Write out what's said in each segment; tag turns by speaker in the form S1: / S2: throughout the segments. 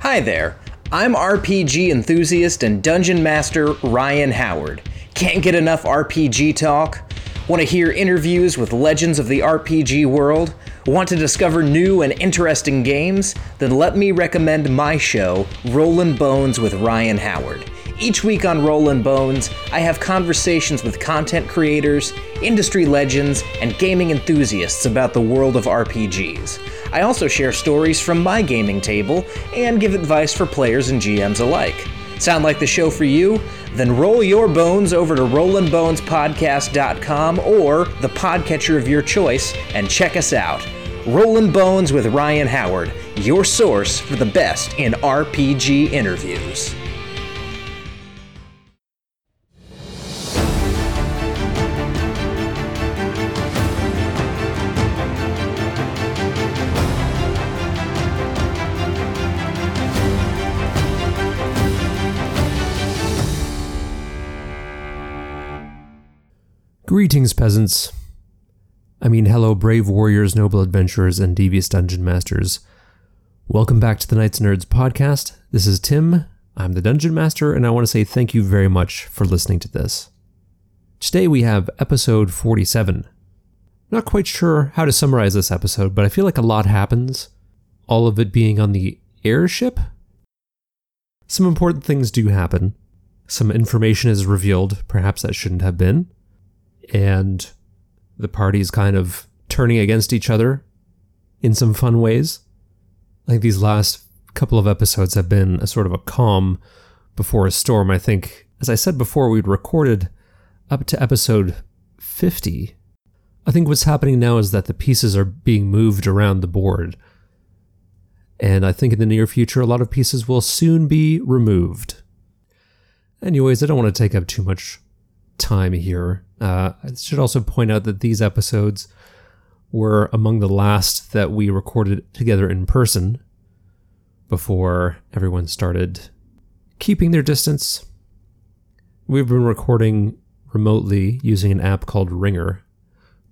S1: Hi there. I'm RPG enthusiast and dungeon master Ryan Howard. Can't get enough RPG talk? Want to hear interviews with legends of the RPG world? Want to discover new and interesting games? Then let me recommend my show, Rollin' Bones with Ryan Howard. Each week on Rollin' Bones, I have conversations with content creators, industry legends, and gaming enthusiasts about the world of RPGs. I also share stories from my gaming table and give advice for players and GMs alike. Sound like the show for you? Then roll your bones over to rollinbonespodcast.com or the podcatcher of your choice and check us out. Rollin' Bones with Ryan Howard, your source for the best in RPG interviews.
S2: Greetings, peasants. I mean, hello, brave warriors, noble adventurers, and devious dungeon masters. Welcome back to the Knights and Nerds podcast. This is Tim. I'm the dungeon master, and I want to say thank you very much for listening to this. Today we have episode 47. Not quite sure how to summarize this episode, but I feel like a lot happens, all of it being on the airship. Some important things do happen. Some information is revealed, perhaps that shouldn't have been and the parties kind of turning against each other in some fun ways. Like these last couple of episodes have been a sort of a calm before a storm. I think, as I said before, we'd recorded up to episode 50. I think what's happening now is that the pieces are being moved around the board. And I think in the near future, a lot of pieces will soon be removed. Anyways, I don't want to take up too much time here. Uh, I should also point out that these episodes were among the last that we recorded together in person before everyone started keeping their distance. We've been recording remotely using an app called Ringer,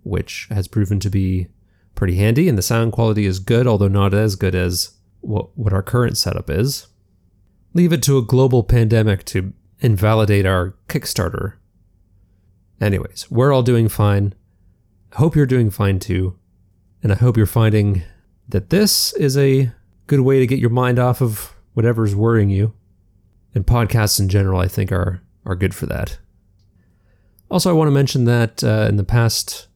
S2: which has proven to be pretty handy, and the sound quality is good, although not as good as what, what our current setup is. Leave it to a global pandemic to invalidate our Kickstarter. Anyways, we're all doing fine. I hope you're doing fine too. And I hope you're finding that this is a good way to get your mind off of whatever's worrying you. And podcasts in general, I think, are, are good for that. Also, I want to mention that uh, in the past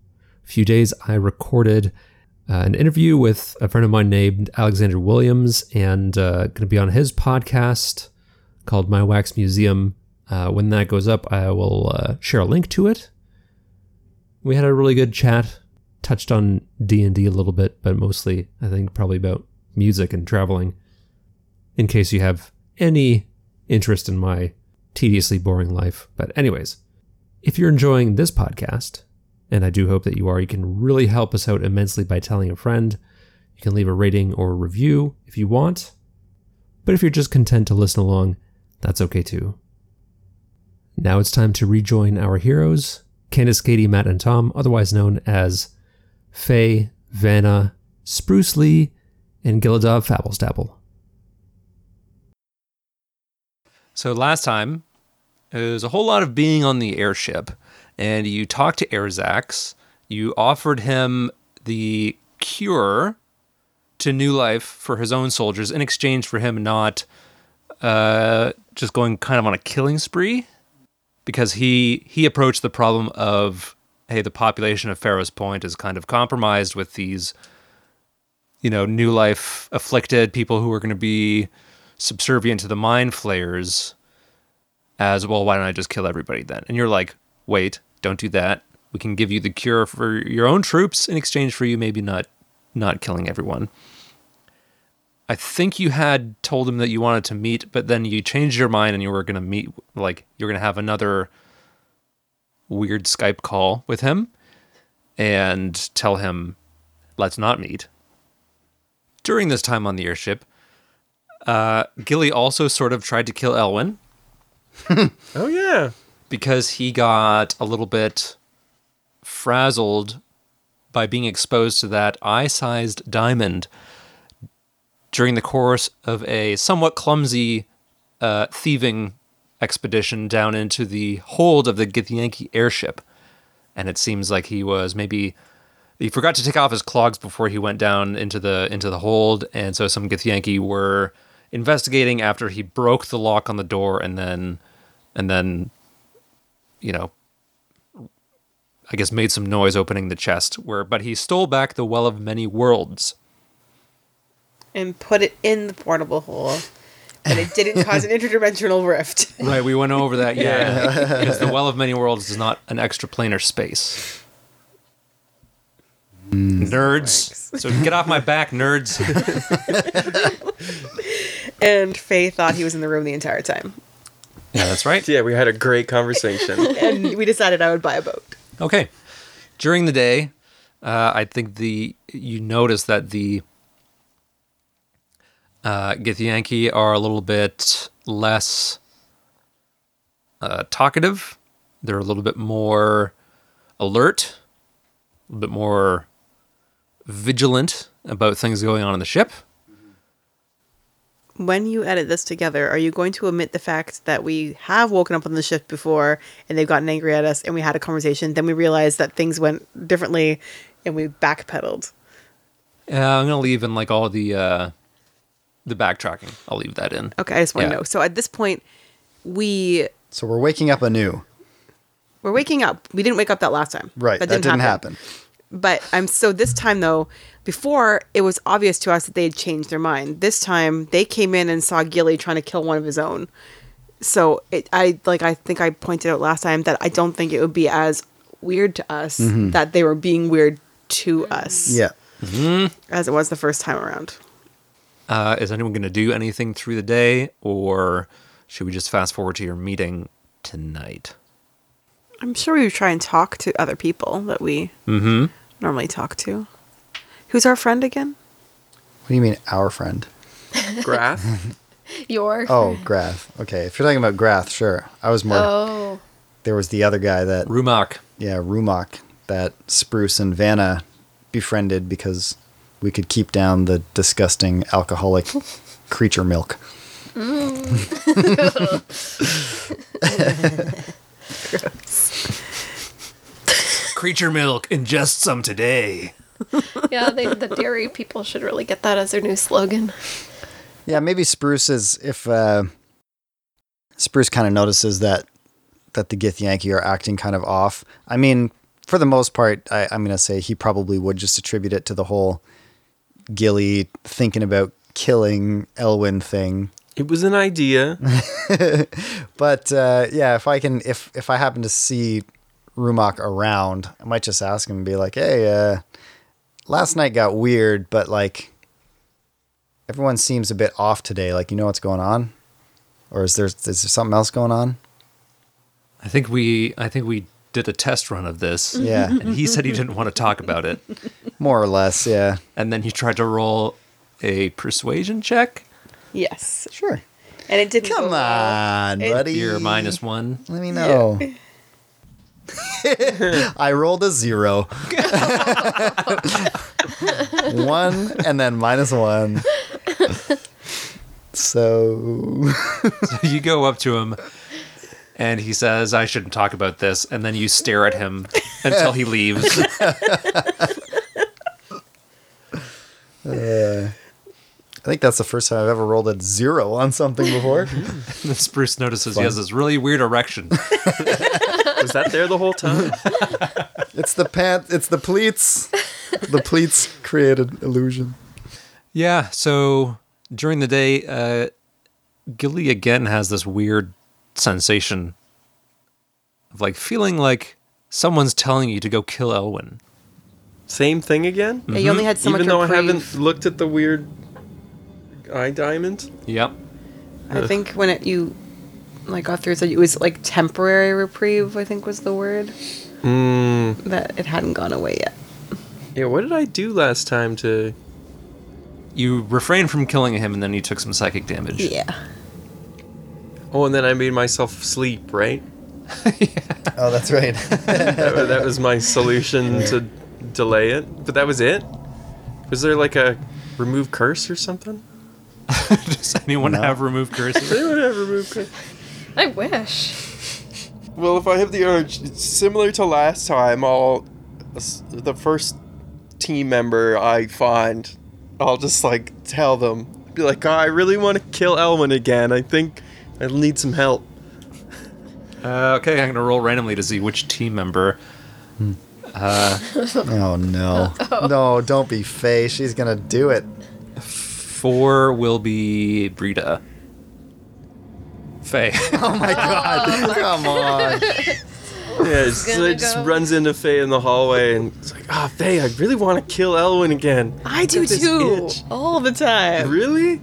S2: few days, I recorded uh, an interview with a friend of mine named Alexander Williams and uh, going to be on his podcast called My Wax Museum. Uh, when that goes up, I will uh, share a link to it. We had a really good chat, touched on D and D a little bit, but mostly I think probably about music and traveling. In case you have any interest in my tediously boring life, but anyways, if you're enjoying this podcast, and I do hope that you are, you can really help us out immensely by telling a friend. You can leave a rating or a review if you want. But if you're just content to listen along, that's okay too. Now it's time to rejoin our heroes Candace, Katie, Matt, and Tom, otherwise known as Faye, Vanna, Spruce Lee, and Giladov Fabblestapple. So last time, it was a whole lot of being on the airship, and you talked to Erzax. You offered him the cure to new life for his own soldiers in exchange for him not uh, just going kind of on a killing spree because he he approached the problem of hey the population of Pharaoh's Point is kind of compromised with these you know new life afflicted people who are going to be subservient to the mind flayers as well why don't I just kill everybody then and you're like wait don't do that we can give you the cure for your own troops in exchange for you maybe not not killing everyone I think you had told him that you wanted to meet, but then you changed your mind and you were going to meet, like, you're going to have another weird Skype call with him and tell him, let's not meet. During this time on the airship, uh, Gilly also sort of tried to kill Elwyn
S3: Oh yeah.
S2: because he got a little bit frazzled by being exposed to that eye sized diamond during the course of a somewhat clumsy uh, thieving expedition down into the hold of the Githyanki airship. And it seems like he was maybe he forgot to take off his clogs before he went down into the into the hold, and so some Githyanki were investigating after he broke the lock on the door and then and then you know I guess made some noise opening the chest where but he stole back the well of many worlds.
S4: and put it in the portable hole. But it didn't cause an interdimensional rift.
S2: Right, we went over that. Yeah, because the well of many worlds is not an extraplanar space. Hmm. Nerds, so get off my back, nerds.
S4: And Faye thought he was in the room the entire time.
S2: Yeah, that's right.
S5: Yeah, we had a great conversation.
S4: And we decided I would buy a boat.
S2: Okay. During the day, uh, I think the you notice that the uh, Githyanki are a little bit less uh, talkative. They're a little bit more alert, a little bit more vigilant about things going on in the ship.
S4: When you edit this together, are you going to omit the fact that we have woken up on the shift before and they've gotten angry at us and we had a conversation? Then we realized that things went differently and we backpedaled.
S2: Uh, I'm gonna leave in like all the uh, the backtracking. I'll leave that in.
S4: Okay, I just want to
S2: Yeah.
S4: know. So at this point, we
S6: So we're waking up anew.
S4: we're waking up. We didn't wake up that last time.
S6: Right. That didn't, happen.
S4: But I'm so this time though, before it was obvious to us that they had changed their mind. This time they came in and saw Gilly trying to kill one of his own. So it, I like I think I pointed out last time that I don't think it would be as weird to us
S5: Mm-hmm.
S4: that they were being weird to us
S6: Yeah.
S4: as it was the first time around.
S2: Uh, is anyone going to do anything through the day, or should we just fast forward to your meeting tonight?
S4: I'm sure we would try and talk to other people that we
S5: Mm-hmm.
S4: normally talk to. Who's our friend again?
S6: What do you mean, our friend?
S5: Graph.
S7: Your
S6: Oh, Grath. Okay. If you're talking about Grath, sure. I was more.
S7: oh,
S6: There was the other guy that,
S2: Rumak,
S6: yeah, Rumak, that Spruce and Vanna befriended because we could keep down the disgusting alcoholic creature milk.
S2: creature milk, ingest some today.
S7: yeah. They, the dairy people should really get that as their new slogan.
S6: Yeah, maybe Spruce is if uh, Spruce kind of notices that that the Gith Yankee are acting kind of off. I mean, for the most part, I, I'm gonna say he probably would just attribute it to the whole Gilly thinking about killing Elwyn thing.
S5: It was an idea.
S6: But uh, yeah, if I can, if if I happen to see Rumak around, I might just ask him and be like, "Hey, uh, last night got weird, but like everyone seems a bit off today. Like, you know what's going on, or is there is there something else going on?"
S2: I think we, I think we did a test run of this.
S6: Yeah,
S2: and he said he didn't want to talk about it,
S6: more or less. Yeah,
S2: and then he tried to roll a persuasion check.
S4: Yes.
S6: sure.
S4: And it didn't
S6: Come
S4: go well.
S6: on, buddy.
S2: You're minus one.
S6: Let me know. I rolled a zero. one and then minus one. So
S2: you go up to him, and he says, "I shouldn't talk about this," and then you stare at him until he leaves.
S6: uh, I think that's the first time I've ever rolled a zero on something before.
S2: Spruce notices he has this really weird erection.
S5: Was that there the whole time?
S6: it's the pant it's the pleats. The pleats create an illusion.
S2: Yeah. So during the day, uh, Gilly again has this weird sensation of like feeling like someone's telling you to go kill Elwyn.
S5: Same thing again?
S4: Yeah, You only had so
S5: Even
S4: much
S5: though I
S4: reprieve.
S5: haven't looked at the weird eye diamond.
S2: Yep.
S4: I think when it, you like got through, it said it was like temporary reprieve. I think was the word
S5: Hmm.
S4: that it hadn't gone away yet.
S5: Yeah, what did I do last time to
S2: You refrain from killing him, and then you took some psychic damage.
S4: Yeah,
S5: Oh, and then I made myself sleep, right?
S6: Oh, that's right.
S5: That, wa- that was my solution to delay it. But that was it? Was there like a remove curse or something?
S2: Does anyone have removed curses?
S7: I wish.
S5: Well, if I have the urge, it's similar to last time, I'll the first team member I find, I'll just like tell them, be like, "Oh, I really want to kill Elwin again. I think I need some help.
S2: uh, okay, I'm gonna roll randomly to see which team member.
S6: Oh no. No, don't be Faye. She's gonna do it.
S2: Four will be Brita. Faye.
S6: Oh my god. Come on.
S5: Yeah, it's- so
S7: gonna
S5: it just
S7: go-
S5: runs into Faye in the hallway and it's like, "Ah, Faye, I really want to kill Elwin again.
S4: I do
S5: this
S4: too,
S5: itch.
S4: all the time.
S5: Really?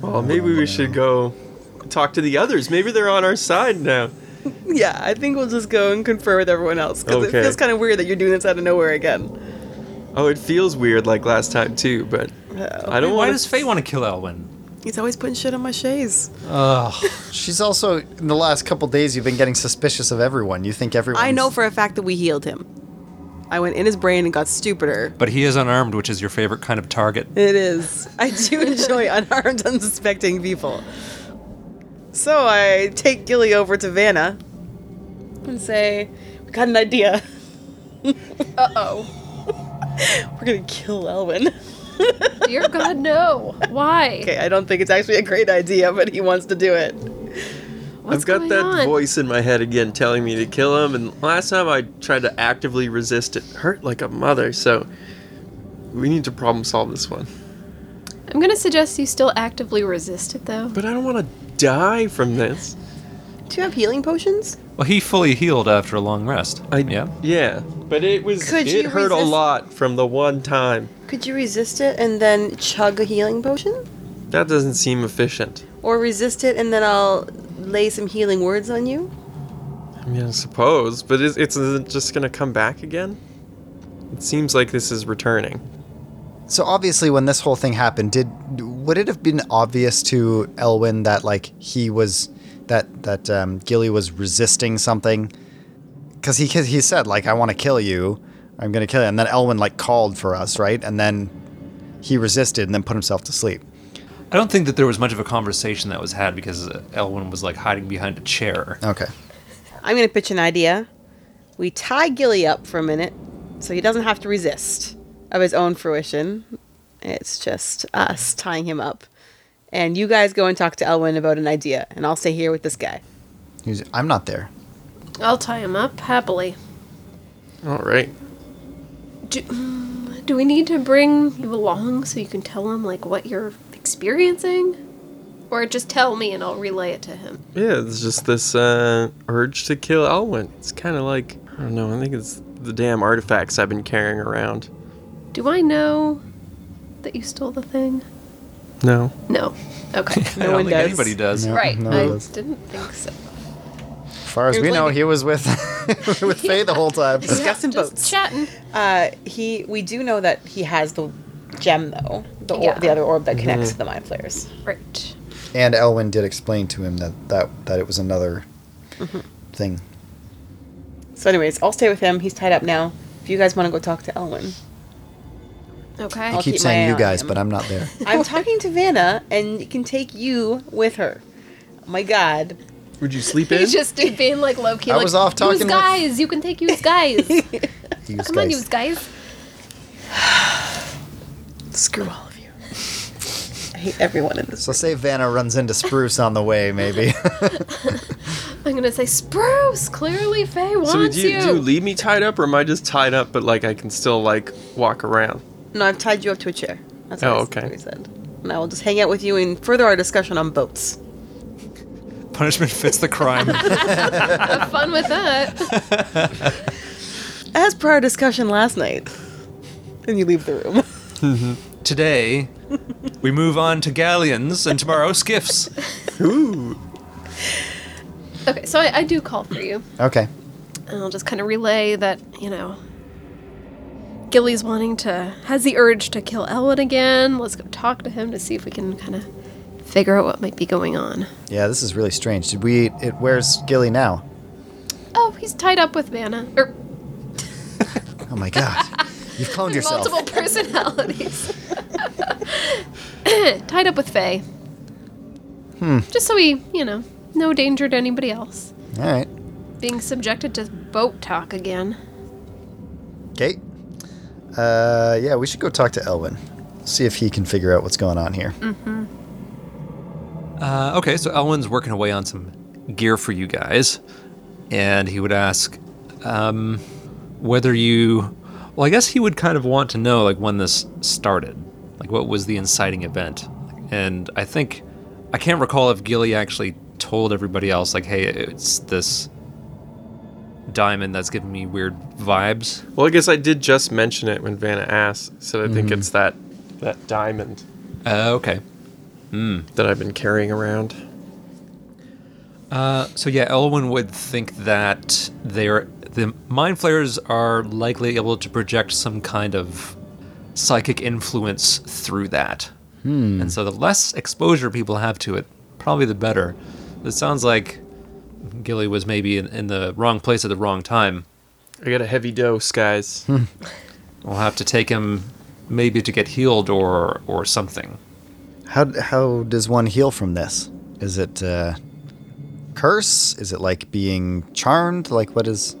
S5: Well, maybe we should go talk to the others. Maybe they're on our side now.
S4: Yeah, I think we'll just go and confer with everyone else because
S5: Okay.
S4: it feels kind of weird that you're doing this out of nowhere again.
S5: Oh, it feels weird like last time too, but I don't
S2: Why
S5: want
S2: does Faye want to kill Elwin?
S4: He's always putting shit on my chaise.
S6: She's also in the last couple days you've been getting suspicious of everyone. You think everyone
S4: I know for a fact that we healed him. I went in his brain and got stupider.
S2: But he is unarmed, which is your favorite kind of target.
S4: It is. I do enjoy unarmed, unsuspecting people. So I take Gilly over to Vanna and say, We got an idea.
S7: Uh oh.
S4: We're gonna kill Elwin.
S7: Dear God, no. Why?
S4: Okay, I don't think it's actually a great idea, but he wants to do it.
S7: What's
S5: I've got
S7: going
S5: that
S7: on?
S5: voice in my head again telling me to kill him, and last time I tried to actively resist it hurt like a mother, so we need to problem solve this one.
S7: I'm gonna suggest you still actively resist it though.
S5: But I don't want to die from this.
S4: Do you have healing potions?
S2: Well, he fully healed after a long rest.
S5: I
S2: yeah.
S5: Yeah. But it was
S4: Could
S5: it
S4: you
S5: hurt a
S4: resist-
S5: lot from the one time.
S4: Could you resist it and then chug a healing potion?
S5: That doesn't seem efficient.
S4: Or resist it and then I'll lay some healing words on you?
S5: I mean, I suppose, but is, it's is it just gonna come back again? It seems like this is returning.
S6: So obviously when this whole thing happened, did would it have been obvious to Elwin that like he was that that um, Gilly was resisting something? Cuz he he said like I want to kill you. I'm going to kill you. And then Elwin like called for us, right? And then he resisted and then put himself to sleep.
S2: I don't think that there was much of a conversation that was had because uh, Elwin was like hiding behind a chair.
S6: Okay.
S4: I'm gonna pitch an idea. We tie Gilly up for a minute so he doesn't have to resist of his own fruition. It's just us tying him up. And you guys go and talk to Elwin about an idea, and I'll stay here with this guy.
S6: He's, I'm not there.
S7: I'll tie him up happily.
S5: All right.
S7: Do, mm, do we need to bring you along so you can tell him like what you're experiencing? Or just tell me and I'll relay it to him.
S5: Yeah, it's just this uh, urge to kill Elwin. It's kind of like I don't know. I think it's the damn artifacts I've been carrying around.
S7: Do I know that you stole the thing?
S5: No.
S7: No. Okay.
S2: I don't
S4: one
S2: think
S4: does.
S2: anybody does.
S6: No,
S7: right.
S6: no,
S7: I
S6: that's-
S7: didn't think so.
S6: as far as we know, he was with with Faye the whole time.
S4: Discussing
S7: Just
S4: boats.
S7: chatting.
S4: Uh, he, we do know that he has the gem though, the, or-
S7: Yeah.
S4: the other orb that connects to the mind flayers.
S7: Right.
S6: And Elwin did explain to him that that, that it was another
S4: Mm-hmm.
S6: thing.
S4: So, anyways, I'll stay with him. He's tied up now. If you guys want to go talk to Elwin,
S7: Okay.
S6: I
S4: I'll keep
S6: keep
S4: my
S6: saying
S4: eye
S6: you
S4: on
S6: guys,
S4: him.
S6: but I'm not there.
S4: I'm talking to Vanna, and you can take you with her. Oh my God,
S5: Would you sleep in?
S7: He's just being like low key.
S6: I
S7: like,
S6: was off talking
S7: "Yous
S6: with-
S7: guys. You can take you guys. Come
S6: You
S7: on,
S6: guys.
S7: you guys.
S4: screw all of you. I hate everyone in this.
S6: So say Vanna runs into Spruce on the way, maybe.
S7: I'm gonna say spruce. Clearly, Faye wants
S5: so would
S7: you.
S5: you, do you leave me tied up, or am I just tied up but like I can still like walk around?
S4: No, I've tied you up to a chair. That's what
S5: Oh,
S4: I-
S5: okay.
S4: what he said. And I will just hang out with you and further our discussion on boats.
S2: Punishment fits the crime.
S7: Have fun with that.
S4: As per our discussion last night, and you leave the room.
S2: Today, we move on to galleons and tomorrow skiffs.
S7: Okay, so I, I do call for you,
S6: okay.
S7: and I'll just kind of relay that you know. Gilly's wanting to has the urge to kill Elwood again. Let's go talk to him to see if we can kind of figure out what might be going on.
S6: Yeah, this is really strange. Did we? It, where's Gilly now?
S7: Oh, he's tied up with Vanna. Or
S6: Oh my god, you've cloned yourself.
S7: multiple personalities. eh, tied up with Faye. Hmm. Just so he, you know, no danger to anybody else.
S6: All right.
S7: Being subjected to boat talk again.
S6: Kate? Uh, yeah, we should go talk to Elwin. See if he can figure out what's going on here.
S4: Mm.
S2: Uh, okay, so Elwin's working away on some gear for you guys, and he would ask um, whether you. Well, I guess he would kind of want to know like when this started, like what was the inciting event, and I think I can't recall if Gilly actually told everybody else like, hey, it's this diamond that's giving me weird vibes.
S5: Well, I guess I did just mention it when Vanna asked. Said I think it's that that diamond
S2: Uh, okay.
S5: that I've been carrying around.
S2: So yeah, Elwin would think that they're the mind flayers are likely able to project some kind of psychic influence through that. And so the less exposure people have to it, probably the better. It sounds like Gilly was maybe in, in the wrong place at the wrong time.
S5: I got a heavy dose, guys.
S2: We'll have to take him maybe to get healed or or something.
S6: How how does one heal from this? Is it uh, curse? Is it like being charmed? Like what is?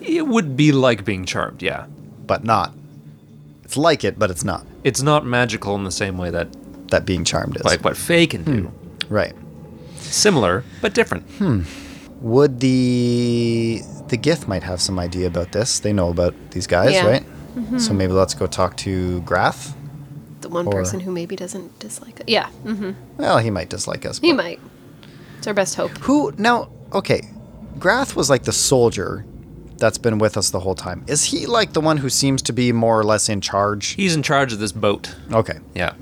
S2: It would be like being charmed, yeah.
S6: But not. It's like it, but it's not.
S2: It's not magical in the same way that
S6: That being charmed is
S2: like what Faye can do.
S6: right.
S2: Similar, but different.
S6: Would the the Gith might have some idea about this? They know about these guys,
S7: Yeah. Mm-hmm.
S6: right? So maybe let's go talk to Graf.
S7: The one
S6: Or-
S7: person who maybe doesn't dislike it. Yeah, mhm.
S6: Well, he might dislike us.
S7: he
S6: but-
S7: might. It's our best hope.
S6: Who now? Okay, Grath was like the soldier that's been with us the whole time. Is he like the one who seems to be more or less in charge?
S2: He's in charge of this boat.
S6: Okay,
S2: Yeah.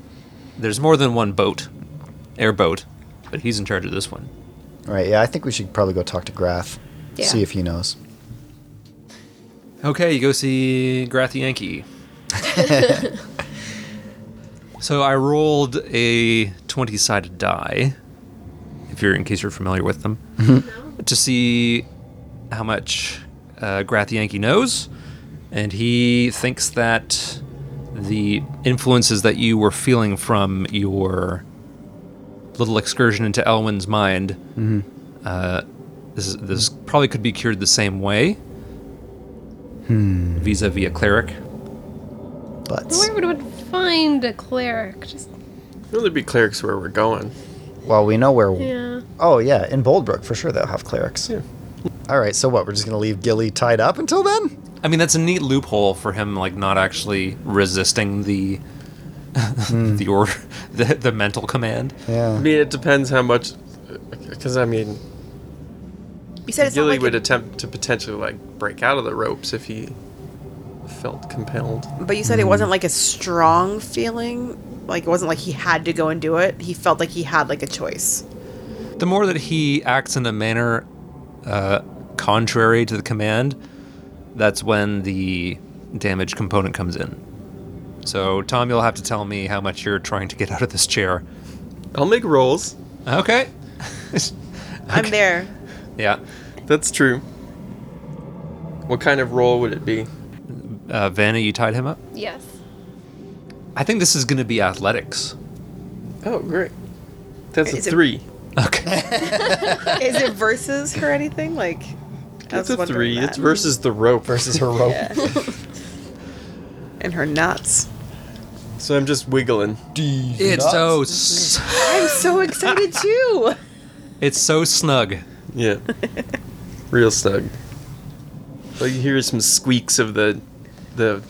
S2: There's more than one boat, airboat, but he's in charge of this one.
S6: All right. Yeah, I think we should probably go talk to Grath.
S7: Yeah.
S6: See if he knows.
S2: Okay, you go see Grath Yankee. so I rolled a 20 sided die, if you're in case you're familiar with them, to see how much uh, Grath Yankee knows. And he thinks that the influences that you were feeling from your little excursion into Elwyn's mind, uh, this, is- this probably could be cured the same way vis-a-vis a cleric.
S6: But
S7: Where would would find a cleric? Just
S5: Well, there'd be clerics where we're going.
S6: well, we know where.
S7: yeah.
S6: Oh yeah, in Boldbrook for sure they'll have clerics.
S5: Yeah.
S6: All right. So what? We're just gonna leave Gilly tied up until then?
S2: I mean, that's a neat loophole for him, like not actually resisting the the order, the, the mental command.
S5: I
S6: Yeah.
S5: mean, it depends how much, because I mean,
S4: You said it's not
S5: Gilly
S4: like
S5: would
S4: it-
S5: attempt to potentially like break out of the ropes if he felt compelled.
S4: But you said it wasn't like a strong feeling. Like it wasn't like he had to go and do it. He felt like he had like a choice.
S2: The more that he acts in a manner uh, contrary to the command, that's when the damage component comes in. So, Tom, you'll have to tell me how much you're trying to get out of this chair.
S5: I'll make rolls.
S2: Okay.
S4: I'm there.
S2: yeah.
S5: That's true. What kind of roll would it be?
S2: Uh, Vanna, you tied him up?
S7: Yes.
S2: I think this is going to be athletics.
S5: Oh, great. That's
S4: Is
S5: a
S4: it-
S5: three.
S2: Okay.
S4: Is it versus or anything? Like I
S5: That's
S4: was
S5: a
S4: wondering
S5: three.
S4: that.
S5: It's versus the rope.
S6: Versus her rope.
S4: and her nuts.
S5: So I'm just wiggling.
S2: it's so s-
S4: I'm so excited too.
S2: it's so snug.
S5: Yeah. Real snug. Well, you hear some squeaks of the the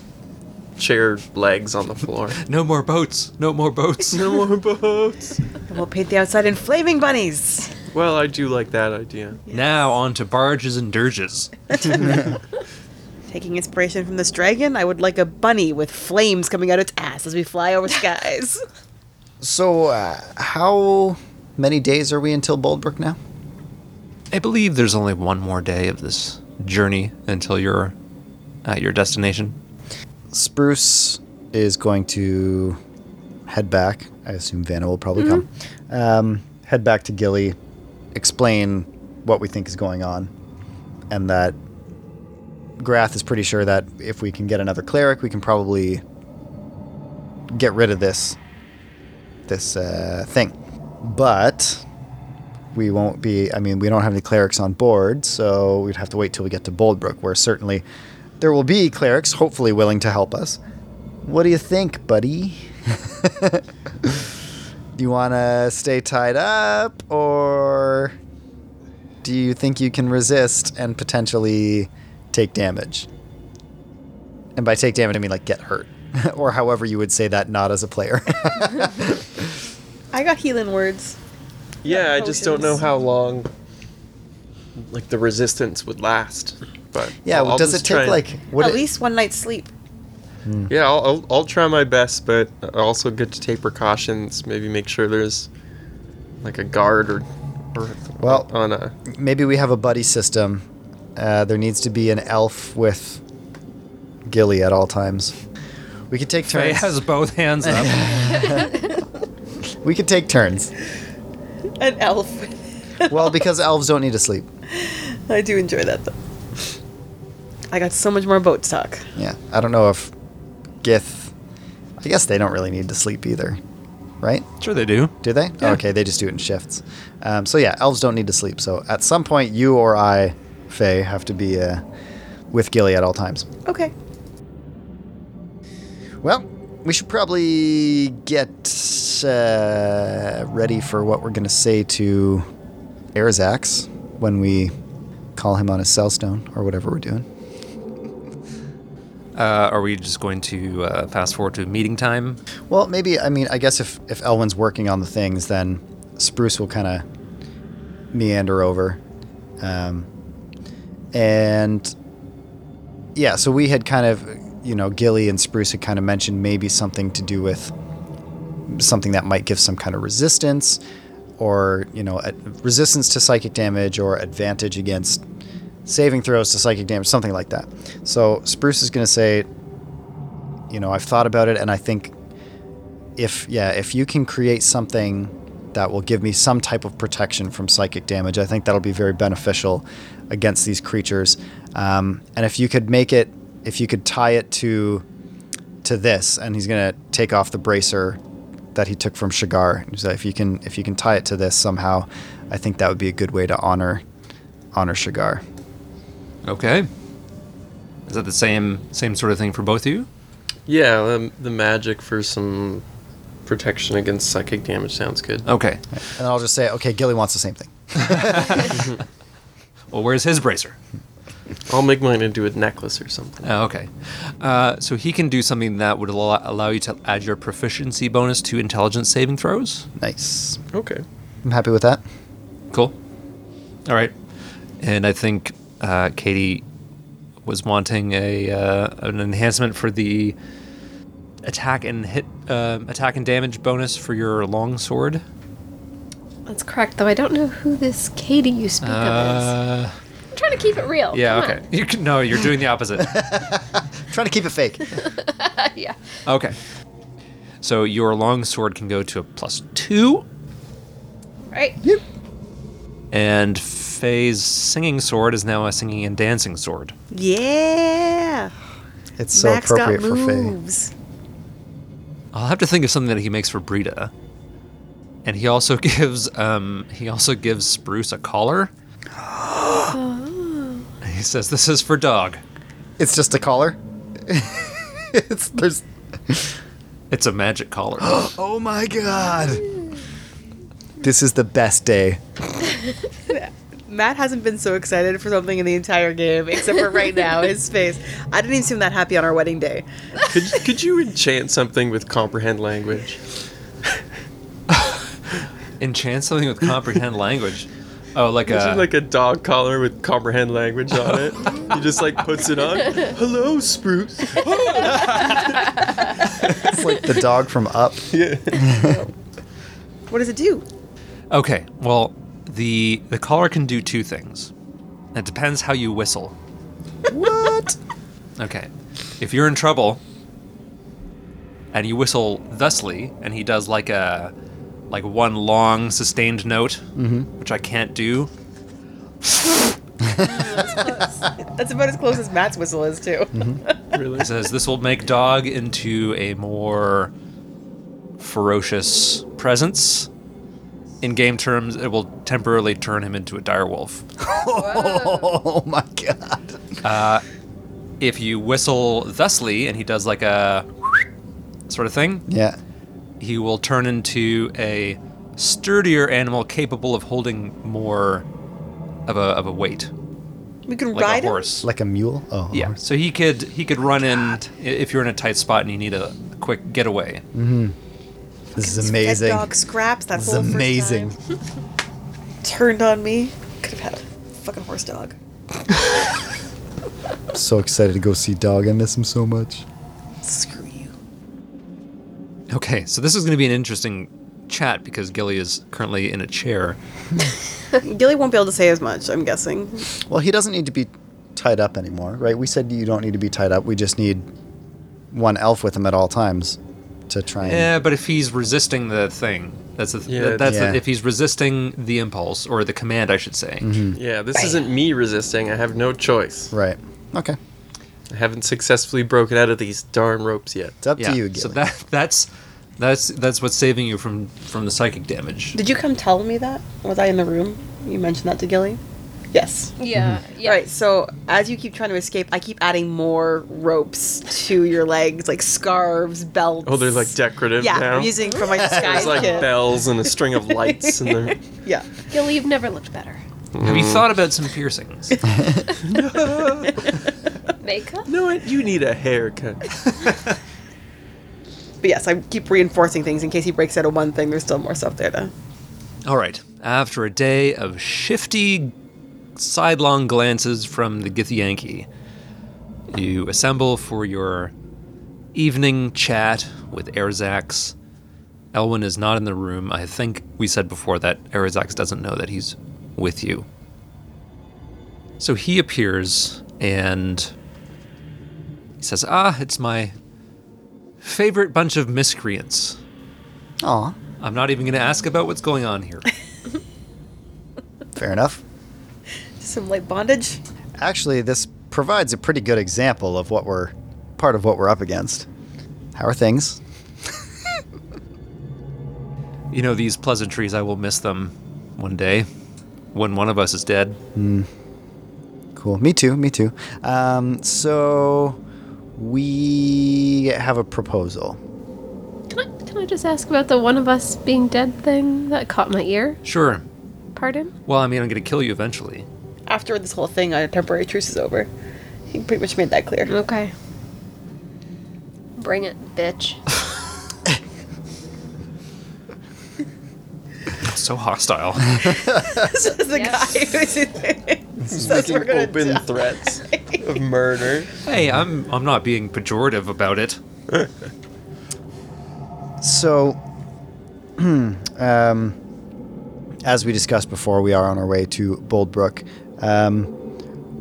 S5: chair legs on the floor.
S2: No more boats. No more boats.
S5: no more boats.
S4: And we'll paint the outside in flaming bunnies.
S5: Well, I do like that idea.
S2: Now on to barges and dirges.
S4: Taking inspiration from this dragon, I would like a bunny with flames coming out its ass as we fly over skies.
S6: So uh, how many days are we until Boldbrook now?
S2: I believe there's only one more day of this journey until you're at your destination.
S6: Spruce is going to head back. I assume Vanna will probably come. Um, head back to Gilly, explain what we think is going on, and that Grath is pretty sure that if we can get another cleric, we can probably get rid of this this uh, thing. But we won't be, I mean, we don't have any clerics on board, so we'd have to wait till we get to Boldbrook, where certainly there will be clerics, hopefully willing to help us. What do you think, buddy? do you want to stay tied up, or do you think you can resist and potentially take damage? And by take damage, I mean like get hurt, or however you would say that not as a player.
S4: I got healing words.
S5: Yeah, I just don't know
S4: potions.
S5: how long like the resistance would last. But
S6: yeah,
S5: I'll- I'll
S6: does it
S5: just try
S6: take
S5: and-
S6: like what?
S4: At
S6: it-
S4: least one night's sleep.
S5: Yeah, I'll, I'll I'll try my best, but also good to take precautions. Maybe make sure there's like a guard or or
S6: Well-
S5: on a
S6: maybe we have a buddy system. Uh, there needs to be an elf with Gilly at all times. We could take
S2: Faye
S6: turns.
S2: has both hands up.
S6: we could take turns.
S4: An elf.
S6: Well, because elves don't need to sleep.
S4: I do enjoy that though. I got so much more boat talk.
S6: Yeah, I don't know if Gith. I guess they don't really need to sleep either, right?
S2: sure they do.
S6: Do they? Okay, they just do it in shifts. Um, so yeah, elves don't need to sleep. So at some point, you or I, Faye, have to be uh, with Gilly at all times.
S4: Okay.
S6: Well, we should probably get uh, ready for what we're going to say to Erzax when we call him on his cell stone or whatever we're doing.
S2: Uh, are we just going to uh, fast forward to meeting time?
S6: Well, maybe, I mean, I guess if, if Elwin's working on the things, then Spruce will kind of meander over. Um, and yeah, so we had kind of, you know, Gilly and Spruce had kind of mentioned maybe something to do with something that might give some kind of resistance or, you know, a- resistance to psychic damage or advantage against saving throws to psychic damage, something like that. So Spruce is going to say, you know, I've thought about it and I think if yeah, if you can create something that will give me some type of protection from psychic damage, I think that'll be very beneficial against these creatures. Um, and if you could make it, if you could tie it to to this, and he's gonna take off the bracer that he took from Shigar. So if you can, if you can tie it to this somehow, I think that would be a good way to honor honor Shigar.
S2: Okay. Is that the same same sort of thing for both of you?
S5: yeah the, the magic for some protection against psychic damage sounds good.
S2: Okay.
S6: And I'll just say, okay, Gilly wants the same thing.
S2: Well, where's his bracer?
S5: I'll make mine into a necklace or something.
S2: Oh, okay. Uh, so he can do something that would allow, allow you to add your proficiency bonus to intelligence saving throws.
S6: Nice.
S5: Okay.
S6: I'm happy with that.
S2: Cool. All right. And I think uh, Katie was wanting a uh, an enhancement for the attack and hit um attack and damage bonus for your longsword.
S7: That's correct, though I don't know who this Katie you speak of
S2: Uh,
S7: is. I'm trying to keep it real.
S2: yeah.
S7: come
S2: Okay. You can, no, you're doing the opposite.
S6: trying to keep it fake.
S7: on. yeah.
S2: Okay. So your longsword can go to a plus two,
S7: Right.
S2: and Faye's singing sword is now a singing and dancing sword.
S4: Yeah.
S6: It's so
S4: Max
S6: appropriate
S4: got
S6: for Faye.
S4: moves.
S2: I'll have to think of something that he makes for Brita. And he also gives um, he also gives Spruce a collar. And he says, "This is for dog.
S6: It's just a collar. it's there's.
S2: It's a magic collar."
S6: Oh my god! This is the best day.
S4: Matt hasn't been so excited for something in the entire game, except for right now, his face. I didn't even seem that happy on our wedding day.
S5: Could could you enchant something with comprehend language?
S2: Enchant something with comprehend language. Oh, like
S5: Imagine
S2: a
S4: uh,
S5: like a dog collar with comprehend language on it. he just like puts it on. Hello, Spruce.
S6: It's like the dog from Up.
S5: yeah.
S4: What does it do?
S2: Okay. Well, the the collar can do two things. It depends how you whistle.
S6: What?
S2: Okay. If you're in trouble and you whistle thusly, and he does like a like one long sustained note, which I can't do.
S4: That's about as close as Matt's whistle is, too.
S6: Mm-hmm.
S5: Really?
S2: He says this will make dog into a more ferocious presence. In game terms, it will temporarily turn him into a direwolf.
S6: Oh my god.
S2: If you whistle thusly and he does like a sort of thing,
S6: Yeah.
S2: he will turn into a sturdier animal capable of holding more of a, of a weight,
S4: We can
S2: like
S4: ride
S2: a
S4: him?
S2: horse.
S6: Like a mule? Oh,
S2: yeah, so he could he could run in i- if you're in a tight spot and you need a quick getaway.
S6: This is
S4: Dead
S6: amazing.
S4: dog scraps. That
S6: This
S4: whole
S6: is
S4: first
S6: amazing.
S4: time turned on me. Could have had a fucking horse dog.
S6: I'm so excited to go see Dog. I miss him so much.
S4: Screw you.
S2: Okay, so this is going to be an interesting chat because Gilly is currently in a chair.
S4: Gilly won't be able to say as much. I'm guessing.
S6: Well, he doesn't need to be tied up anymore, right? We said you don't need to be tied up. We just need one elf with him at all times to try and.
S2: Yeah, but if he's resisting the thing, that's the
S5: Yeah.
S2: that's the-
S6: Yeah.
S2: if he's resisting the impulse or the command, I should say.
S5: Yeah, this isn't me resisting. I have no choice.
S6: Right. Okay.
S5: I haven't successfully broken out of these darn ropes yet.
S6: It's up
S2: Yeah.
S6: to you, Gilly.
S2: so that that's that's that's what's saving you from from the psychic damage.
S4: Did you come tell me that? Was I in the room? You mentioned that to Gilly. Yes.
S7: Yeah. Yeah.
S4: All right. So as you keep trying to escape, I keep adding more ropes to your legs, like scarves, belts.
S5: Oh, they're like decorative
S4: yeah.
S5: now.
S4: I'm using from my disguise
S5: There's like
S4: kit.
S5: bells and a string of lights and they're
S4: Yeah.
S7: Gilly, you've never looked better.
S2: Have
S6: Mm-hmm.
S2: you thought about some piercings?
S7: Makeup?
S5: No, what? you need a haircut.
S4: But yes, I keep reinforcing things in case he breaks out of one thing. There's still more stuff there to.
S2: All right. After a day of shifty, sidelong glances from the Githyanki, you assemble for your evening chat with Erzax. Elwin is not in the room. I think we said before that Erzax doesn't know that he's with you. So he appears and he says, Ah, it's my favorite bunch of miscreants.
S6: Aw,
S2: I'm not even going to ask about what's going on here.
S6: fair enough.
S4: Some light bondage.
S6: Actually, this provides a pretty good example of what we're part of what we're up against. How are things?
S2: You know, these pleasantries, I will miss them one day when one of us is dead.
S6: Cool. Me too. Me too. Um, so we have a proposal.
S7: Can I, can I just ask about the one of us being dead thing that caught my ear?
S2: Sure.
S7: Pardon?
S2: Well, I mean, I'm going to kill you eventually.
S4: After this whole thing, our temporary truce is over. He pretty much made that clear.
S7: Okay. Bring it, bitch.
S2: It's so hostile.
S4: this is the
S7: Yeah.
S4: guy who's who's says we're
S5: Making
S4: gonna
S5: open
S4: die.
S5: threats of murder.
S2: hey, I'm I'm not being pejorative about it.
S6: So, um, as we discussed before, we are on our way to Boldbrook. Um,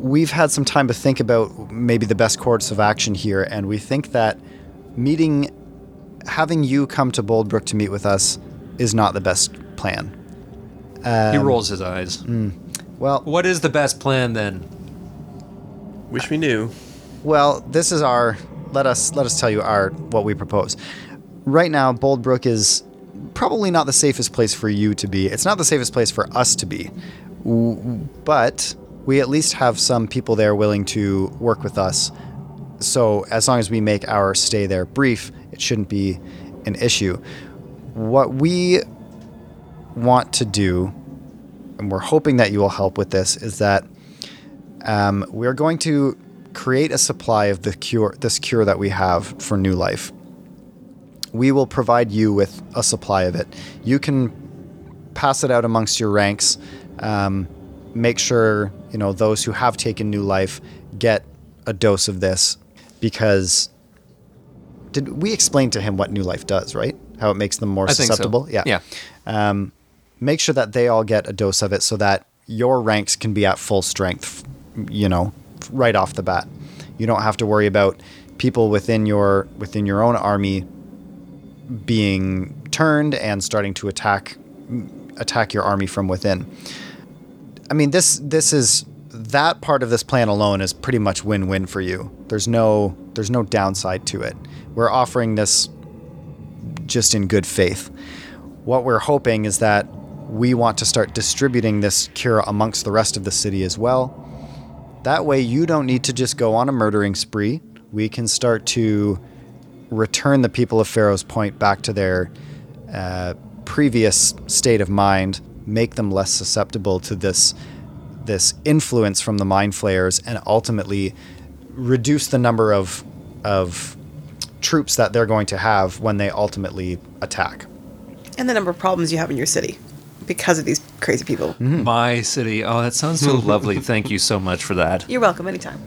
S6: we've had some time to think about maybe the best course of action here, and we think that meeting, having you come to Boldbrook to meet with us, is not the best plan.
S2: he rolls his eyes.
S6: Well,
S2: What is the best plan then?
S5: Wish we knew.
S6: Well, this is our let us let us tell you our what we propose. Right now, Boldbrook is probably not the safest place for you to be. It's not the safest place for us to be. W- But we at least have some people there willing to work with us. So as long as we make our stay there brief, it shouldn't be an issue. What we want to do, and we're hoping that you will help with this, is that um, we're going to create a supply of the cure, this cure that we have for new life. We will provide you with a supply of it. You can pass it out amongst your ranks. Um, make sure you know those who have taken new life get a dose of this, because did we explain to him what new life does? Right? How it makes them more
S2: I think so.
S6: susceptible?
S2: Yeah.
S6: um, make sure that they all get a dose of it so that your ranks can be at full strength, you know, right off the bat. You don't have to worry about people within your within your own army being turned and starting to attack attack your army from within. I mean, this this is that part of this plan alone is pretty much win-win for you. There's no there's no downside to it. We're offering this just in good faith what we're hoping is that we want to start distributing this cure amongst the rest of the city as well. That way, you don't need to just go on a murdering spree. We can start to return the people of Pharaoh's Point back to their uh, previous state of mind, make them less susceptible to this this influence from the mind flayers, and ultimately reduce the number of of troops that they're going to have when they ultimately attack.
S4: and the number of problems you have in your city because of these crazy people.
S5: Hmm?
S2: My city. Oh, that sounds so lovely. Thank you so much for that.
S4: You're welcome anytime.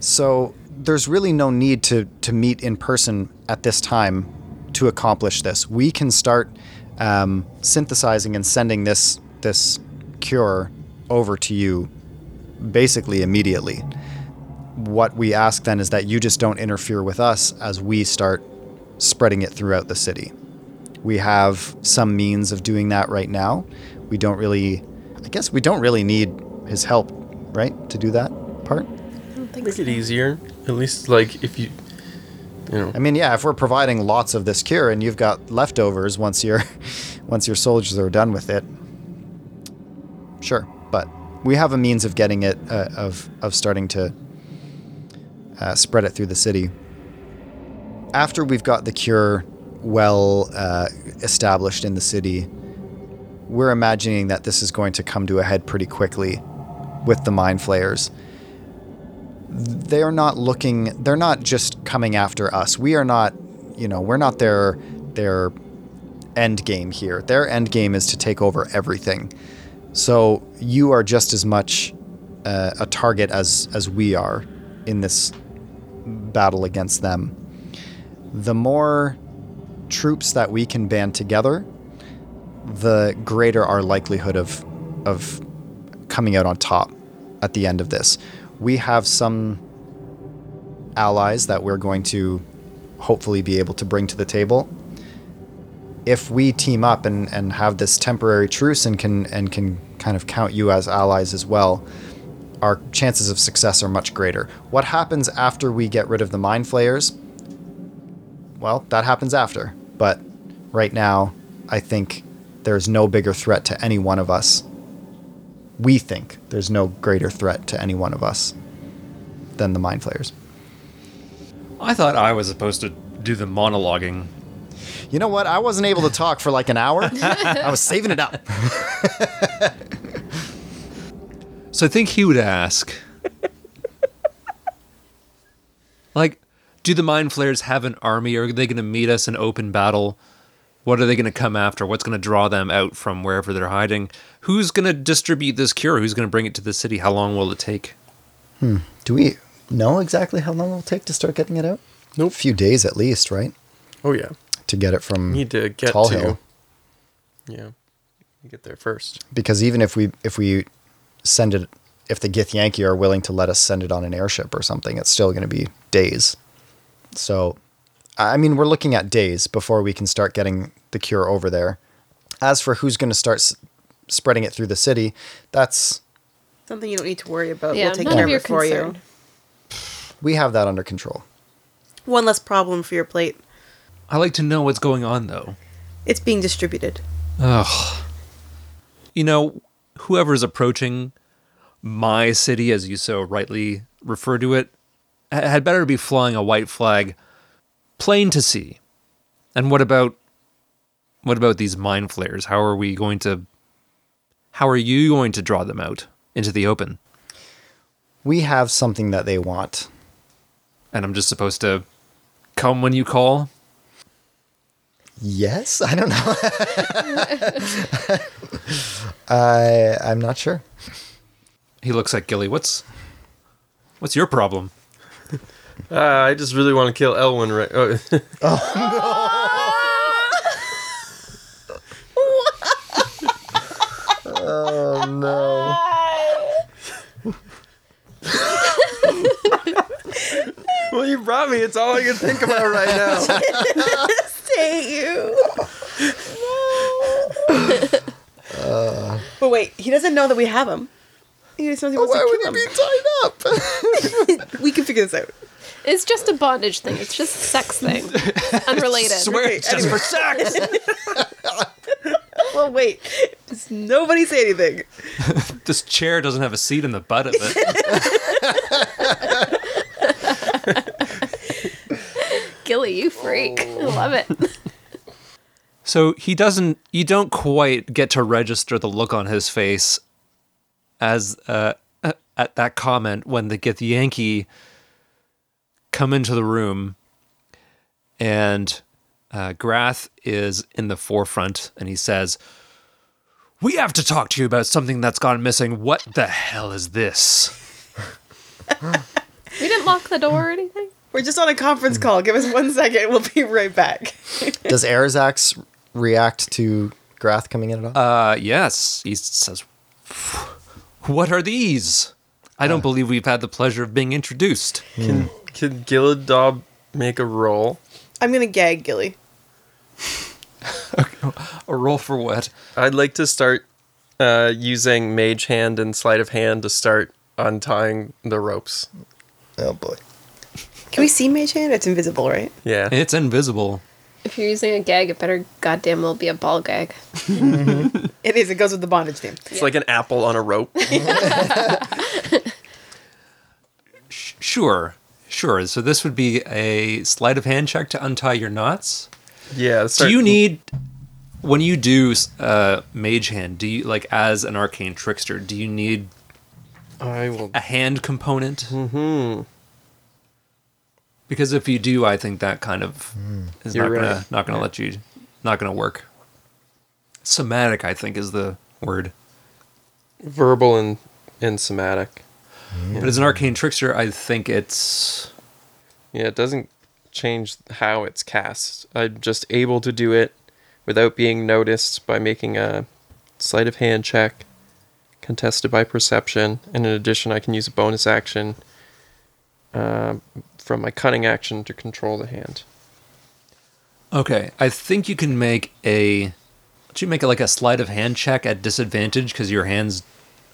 S6: So there's really no need to to meet in person at this time to accomplish this. We can start um, synthesizing and sending this this cure over to you basically immediately. What we ask then is that you just don't interfere with us as we start spreading it throughout the city. We have some means of doing that right now. We don't really, I guess, we don't really need his help, right, to do that part.
S5: Make it easier. At least, like, if you. You know.
S6: I mean, yeah, if we're providing lots of this cure and you've got leftovers once your once your soldiers are done with it, sure. But we have a means of getting it uh, of of starting to uh, spread it through the city. After we've got the cure well uh, established in the city, we're imagining that this is going to come to a head pretty quickly with the mind flayers they're not looking they're not just coming after us we are not you know we're not their their end game here their end game is to take over everything so you are just as much uh, a target as as we are in this battle against them the more troops that we can band together the greater our likelihood of of coming out on top at the end of this. We have some allies that we're going to hopefully be able to bring to the table. If we team up and, and have this temporary truce and can and can kind of count you as allies as well, our chances of success are much greater. What happens after we get rid of the mind flayers? Well, that happens after. But right now, I think there's no bigger threat to any one of us we think there's no greater threat to any one of us than the mind flayers.
S2: I thought I was supposed to do the monologuing.
S6: You know what? I wasn't able to talk for like an hour. I was saving it up.
S2: So I think he would ask, like, do the mind flayers have an army? Or are they going to meet us in open battle? What are they going to come after? What's going to draw them out from wherever they're hiding? Who's going to distribute this cure? Who's going to bring it to the city? How long will it take?
S6: Do we know exactly how long it'll take to start getting it out? A
S5: Nope.
S6: few days at least, right?
S5: Oh, yeah.
S6: To get it from
S5: Need to get
S6: Tall
S5: to.
S6: Hill.
S5: Yeah. You get there first.
S6: Because even if we if we send it if the Gith Yankee are willing to let us send it on an airship or something, it's still gonna be days. So I mean we're looking at days before we can start getting the cure over there. As for who's gonna start s- spreading it through the city, that's
S4: Something you don't need to worry about.
S7: yeah,
S4: we'll take
S7: none
S4: care
S7: of
S4: of
S7: your
S4: it for
S7: concern.
S4: you.
S6: we have that under control.
S4: One less problem for your plate.
S2: I like to know what's going on, though.
S4: It's being distributed.
S2: Ugh. You know, whoever's approaching my city, as you so rightly refer to it, ha- had better be flying a white flag, plain to see. And what about what about these mind flares? How are we going to? How are you going to draw them out into the open?
S6: We have something that they want.
S2: And I'm just supposed to come when you call.
S6: Yes, I don't know. I I'm not sure.
S2: He looks at Gilly. What's what's your problem?
S5: Uh, I just really want to kill Elwin right. Oh, well, you brought me. It's all I can think about right now.
S4: Say you. Uh. but wait, he doesn't know that we have him. He just knows he wants
S6: Why
S4: to
S6: would
S4: kill
S6: he
S4: him.
S6: be tied up?
S4: we can figure this out.
S7: It's just a bondage thing. It's just a sex thing. Unrelated.
S2: Swear it's just for sex.
S4: well, wait. Does nobody say anything?
S2: This chair doesn't have a seat in the butt of it.
S7: Gilly, you freak.
S4: Oh.
S7: I love it.
S2: so he doesn't. You don't quite get to register the look on his face as uh, at that comment when they get the Yankee come into the room and uh, Grath is in the forefront and he says, "We have to talk to you about something that's gone missing. What the hell is this?"
S7: We didn't lock the door or anything.
S4: We're just on a conference call. Give us one second. We'll be right back.
S6: Does Arizax react to Grath coming in at all?
S2: Uh, yes, he says, "What are these?" I don't believe we've had the pleasure of being introduced.
S5: Can can Gillidob make a roll?
S4: I'm going to gag Gilly.
S2: A roll for what?
S5: I'd like to start uh, using Mage Hand and Sleight of Hand to start untying the ropes.
S6: oh boy.
S4: Can we see Mage Hand? It's invisible, right?
S5: Yeah.
S2: It's invisible.
S7: If you're using a gag, it better goddamn well be a ball gag.
S4: It is. It goes with the bondage name.
S5: It's like an apple on a rope.
S2: Sh- sure, sure. So this would be a sleight of hand check to untie your knots.
S5: yeah.
S2: Do
S5: start-
S2: you need when you do uh, mage hand? Do you like as an arcane trickster? Do you need
S5: I will.
S2: a hand component? Mm-hmm. Because if you do, I think that kind of is
S5: You're
S2: not gonna
S5: right.
S2: not gonna let you not gonna work. Somatic, I think, is the word.
S5: Verbal and, and somatic.
S2: But as an arcane trickster, I think it's
S5: Yeah, it doesn't change how it's cast. I'm just able to do it without being noticed by making a sleight of hand check contested by perception. And in addition, I can use a bonus action uh, from my cunning action to control the hand.
S2: Okay, I think you can make a. Don't you make it like a sleight of hand check at disadvantage because your hands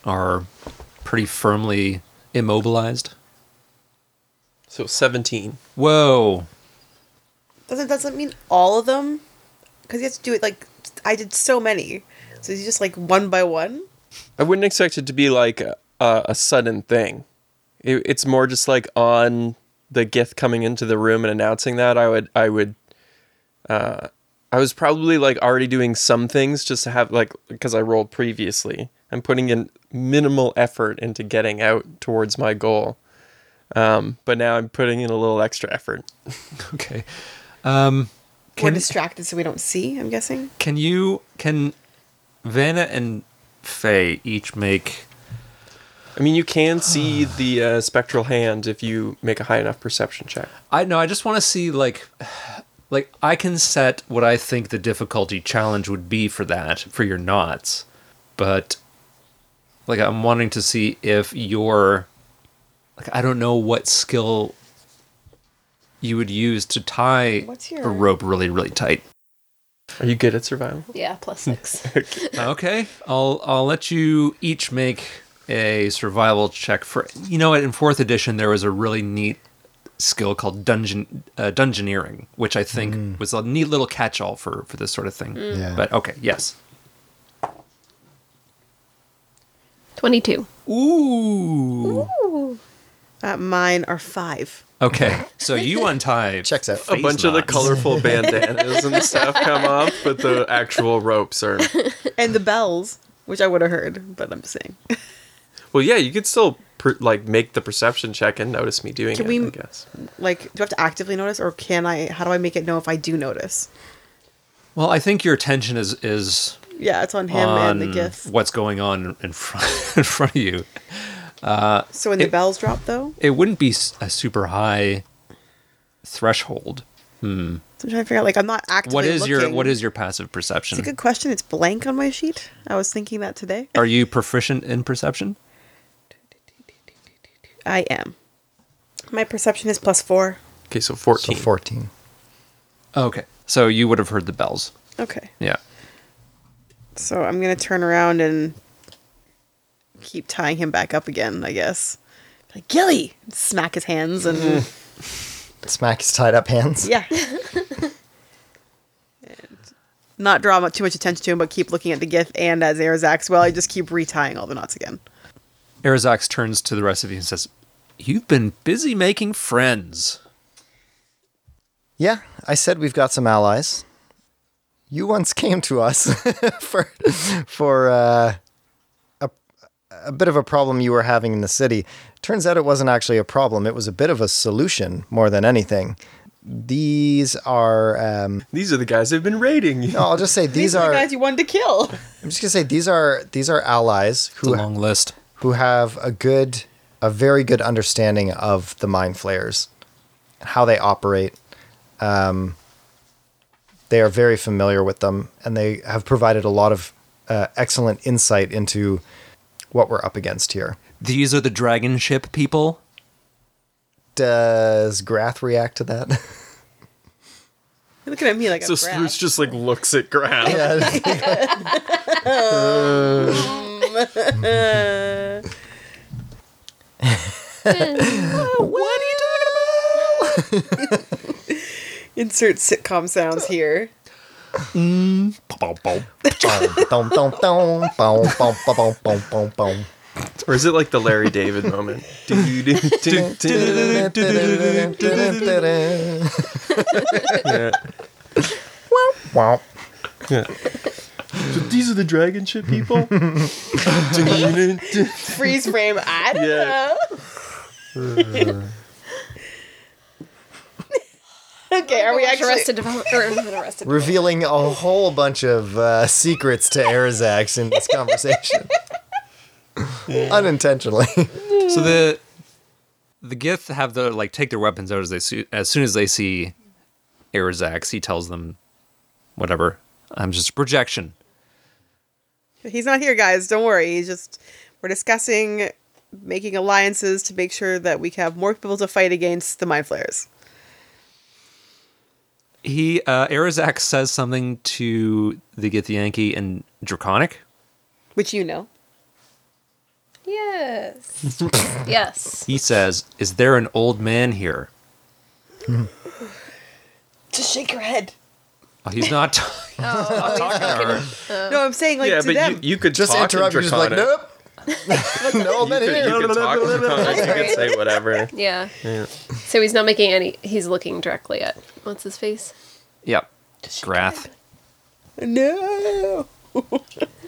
S2: are pretty firmly immobilized?
S5: So 17.
S2: Whoa!
S4: Doesn't doesn't mean all of them? Because you have to do it like I did so many. So you just like one by one.
S5: I wouldn't expect it to be like a, a, a sudden thing. It, it's more just like on the Gith coming into the room and announcing that. I would, I would, uh, I was probably like already doing some things just to have like because I rolled previously. I'm putting in minimal effort into getting out towards my goal, um, but now I'm putting in a little extra effort.
S2: Okay,
S4: We're
S2: Can-
S4: distracted, so we don't see. I'm guessing.
S2: can you can Vanna and Faye each make?
S5: I mean, you can see the uh, spectral hand if you make a high enough perception check.
S2: I know. I just want to see like, like I can set what I think the difficulty challenge would be for that for your knots, but like I'm wanting to see if your like I don't know what skill you would use to tie
S4: What's
S2: a
S4: your-
S2: rope really really tight.
S5: Are you good at survival?
S7: Yeah, plus six.
S2: okay, I'll I'll let you each make a survival check for you know what in fourth edition there was a really neat skill called dungeon uh, dungeoneering, which I think was a neat little catch-all for for this sort of thing.
S4: Hmm.
S6: Yeah.
S2: But okay, yes.
S7: 22.
S2: Ooh.
S4: Uh, mine are five.
S2: Okay, so you untie
S6: Checks out.
S5: a
S2: phase
S5: bunch of the
S2: knots.
S5: colorful bandanas and stuff come off, but the actual ropes are.
S4: and the bells, which I would have heard, but I'm just saying.
S5: Well, yeah, you could still per- like make the perception check and notice me doing
S4: Can
S5: it.
S4: we-
S5: I guess.
S4: Like, do I have to actively notice, or can I? How do I make it know if I do notice?
S2: Well, I think your attention is is
S4: Yeah, it's on him
S2: on
S4: and the gifts.
S2: what's going on in front in front of you.
S4: So when the
S2: it-
S4: bells drop, though,
S2: It wouldn't be s- a super high threshold.
S4: so I'm trying to figure out. Like, I'm not actively.
S2: what is your
S4: looking.
S2: what is your passive perception
S4: It's a good question. It's blank on my sheet. I was thinking that today.
S2: are you proficient in perception
S4: I am. My perception is plus four.
S5: Okay, so
S6: So
S5: fourteen.
S6: 14.
S2: okay so you would have heard the bells
S4: Okay.
S2: yeah
S4: So I'm gonna turn around and keep tying him back up again. I guess. Like Gilly, smack his hands and
S6: Smack his tied up hands.
S4: yeah. not draw mu- too much attention to him, but keep looking at the gith and as Arazax. Well, I just keep retying all the knots again.
S2: Arazax turns to the rest of you and says, You've been busy making friends.
S6: Yeah, I said we've got some allies. You once came to us for for uh, a a bit of a problem you were having in the city. Turns out it wasn't actually a problem; it was a bit of a solution more than anything. These are um,
S5: These are the guys that've been raiding you.
S6: no, I'll just say these, are.
S4: the guys you wanted to kill.
S6: I'm just gonna say these are these are allies
S2: It's a
S6: who
S2: long list.
S6: who have a good, a very good understanding of the mind flayers, how they operate. Um, they are very familiar with them, and they have provided a lot of uh, excellent insight into what we're up against here.
S2: These are the dragon ship people.
S6: Does Grath react to that?
S4: You're looking at me like
S5: So
S4: a brat.
S5: Spruce just like looks at Graham.
S6: what are you talking about?
S4: Insert sitcom sounds here.
S6: Dum, dum, dum, bum, bum, bum, bum, bum, bum, bum.
S5: Or is it like the Larry David moment? Do, do, do, do, do. Yeah.
S6: Wow.
S5: So these are the dragon ship people. Do-do-do-do.
S4: Freeze frame. I don't
S5: Yeah.
S4: know. Okay, are we
S7: Watch
S4: actually?
S7: Arrested Development? Or Arrested
S6: revealing a whole bunch of uh, secrets to Arizax in this conversation. Unintentionally.
S2: So the the Gith have their like take their weapons out as they see, as soon as they see Arazax, he tells them whatever. I'm just a projection.
S4: He's not here, guys. Don't worry. He's just we're discussing making alliances to make sure that we have more people to fight against the mind flayers.
S2: He uh Arazax says something to the Gith Yankee in Draconic.
S4: Which you know.
S7: Yes. yes.
S2: He says, Is there an old man here?
S4: Just shake your head.
S2: Oh, he's not t-
S7: Oh, he's talking.
S4: No, I'm saying like
S5: yeah,
S4: to
S5: but
S4: them.
S5: you, you could
S6: Just
S5: talk in
S6: interrupt. You're just like,
S5: Draconic.
S6: nope. no,
S5: You
S6: man,
S5: could, you could talk in Draconic. You could say whatever.
S7: Yeah. So he's not making any. He's looking directly at what's his face.
S2: Yep. Grath.
S4: no.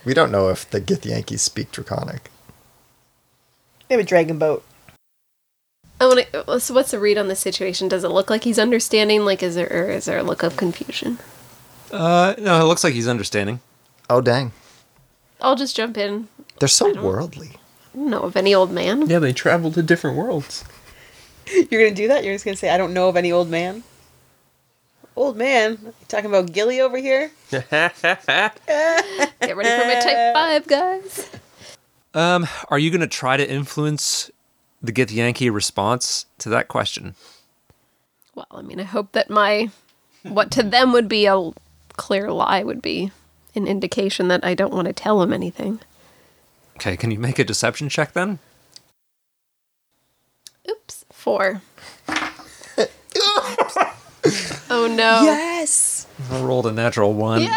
S6: We don't know if the Gith Yankees speak Draconic.
S4: They have a dragon boat.
S7: I want to. So what's the read on this situation? Does it look like he's understanding? Like, is there or is there a look of confusion?
S2: Uh no, it looks like he's understanding.
S6: Oh, dang.
S7: I'll just jump in.
S6: They're so worldly.
S7: I don't know of any old man.
S5: Yeah, they travel to different worlds.
S4: You're gonna do that? You're just gonna say, I don't know of any old man? Old man? You talking about Gilly over here?
S7: Get ready for my type five, guys.
S2: Um, are you gonna try to influence the Gith Yankee response to that question?
S7: Well, I mean, I hope that my what to them would be a clear lie would be an indication that I don't want to tell him anything.
S2: Okay, can you make a deception check then?
S7: Oops, four. oh no.
S4: Yes!
S2: I rolled a natural one.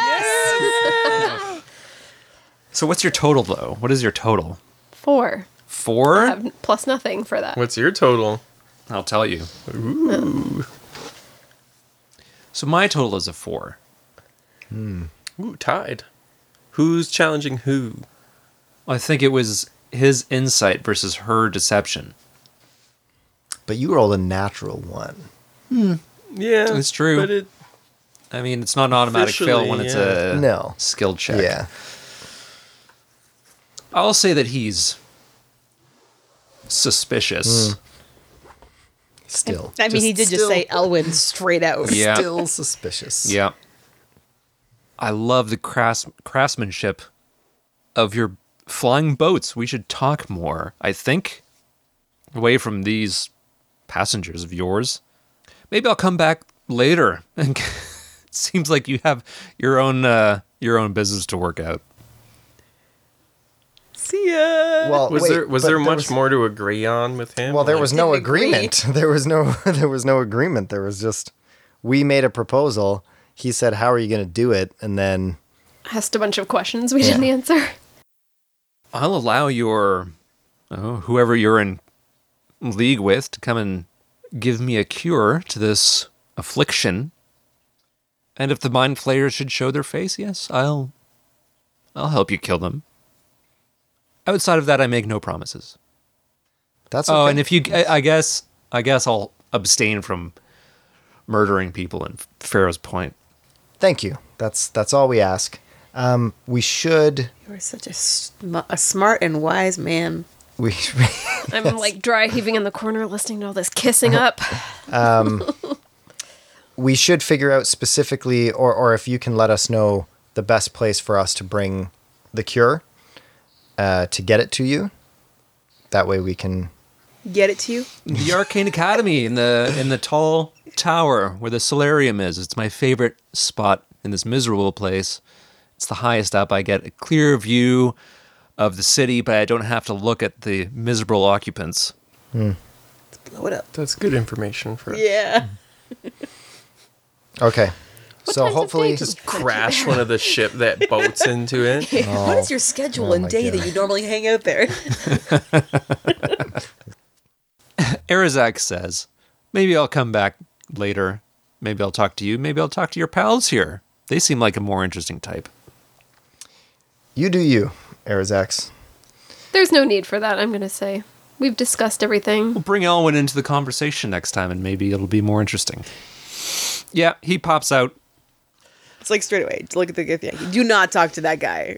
S2: So what's your total though? What is your total?
S7: Four.
S2: Four?
S7: I have n- plus nothing for that.
S5: What's your total?
S2: I'll tell you. Ooh. So my total is a four.
S5: Ooh, tied. Who's challenging who?
S2: I think it was his insight versus her deception.
S6: But you rolled a natural one.
S5: Yeah,
S2: It's true.
S5: But it,
S2: I mean, it's not an automatic fail
S5: Officially,
S2: when it's
S5: yeah.
S2: a
S6: No.
S2: skill check.
S6: Yeah.
S2: I'll say that he's
S6: Hmm.
S2: suspicious.
S6: Still.
S4: I mean, he did just
S6: still-
S4: say "Oh." Elwyn straight out.
S2: Yeah.
S6: Still suspicious.
S2: Yeah. I love the crafts- craftsmanship of your flying boats. We should talk more, I think, away from these passengers of yours. Maybe I'll come back later. And it seems like you have your own uh, your own business to work out.
S4: See ya!
S6: Well,
S5: was
S6: wait,
S5: there was
S6: but
S5: there much
S6: was-
S5: more to agree on with him?
S6: Well, there
S5: Like,
S6: was no
S4: didn't agree.
S6: agreement. There was no there was no agreement. There was just we made a proposal. he said, How are you going to do it? And then,
S7: Asked a bunch of questions we didn't answer.
S2: I'll allow your oh, whoever you're in league with to come and give me a cure to this affliction. And if the mind flayers should show their face, yes, I'll I'll help you kill them. Outside of that, I make no promises.
S6: that's
S2: Oh,
S6: okay.
S2: and if you, I, I guess, I guess I'll abstain from murdering people in Pharaoh's Point.
S6: Thank you. That's, that's all we ask. Um, we should.
S4: You are such a, sm- a smart and wise man.
S6: We,
S7: I'm like dry heaving in the corner listening to all this kissing up.
S6: we should figure out specifically, or, or if you can let us know the best place for us to bring the cure uh, to get it to you. That way we can.
S4: Get it to you?
S2: The Arcane Academy in the in the tall tower where the solarium is. It's my favorite spot in this miserable place. It's the highest up. I get a clear view of the city, but I don't have to look at the miserable occupants.
S4: Blow it up.
S5: That's good information for
S4: Yeah.
S6: Okay. so
S7: times of day
S6: hopefully.
S7: does-
S5: Just crash one of the ship that boats into it.
S4: What is your schedule
S6: Oh
S4: and
S6: my
S4: day
S6: God.
S4: that you normally hang out there?
S2: Arazak says, "Maybe I'll come back later. Maybe I'll talk to you. Maybe I'll talk to your pals here. They seem like a more interesting type."
S6: You do you, Arizax.
S7: There's no need for that, I'm going to say. We've discussed everything.
S2: We'll bring Elwin into the conversation next time, and maybe it'll be more interesting. Yeah, he pops out.
S4: It's like straight away. Look at the gift Yankee. Do not talk to that guy.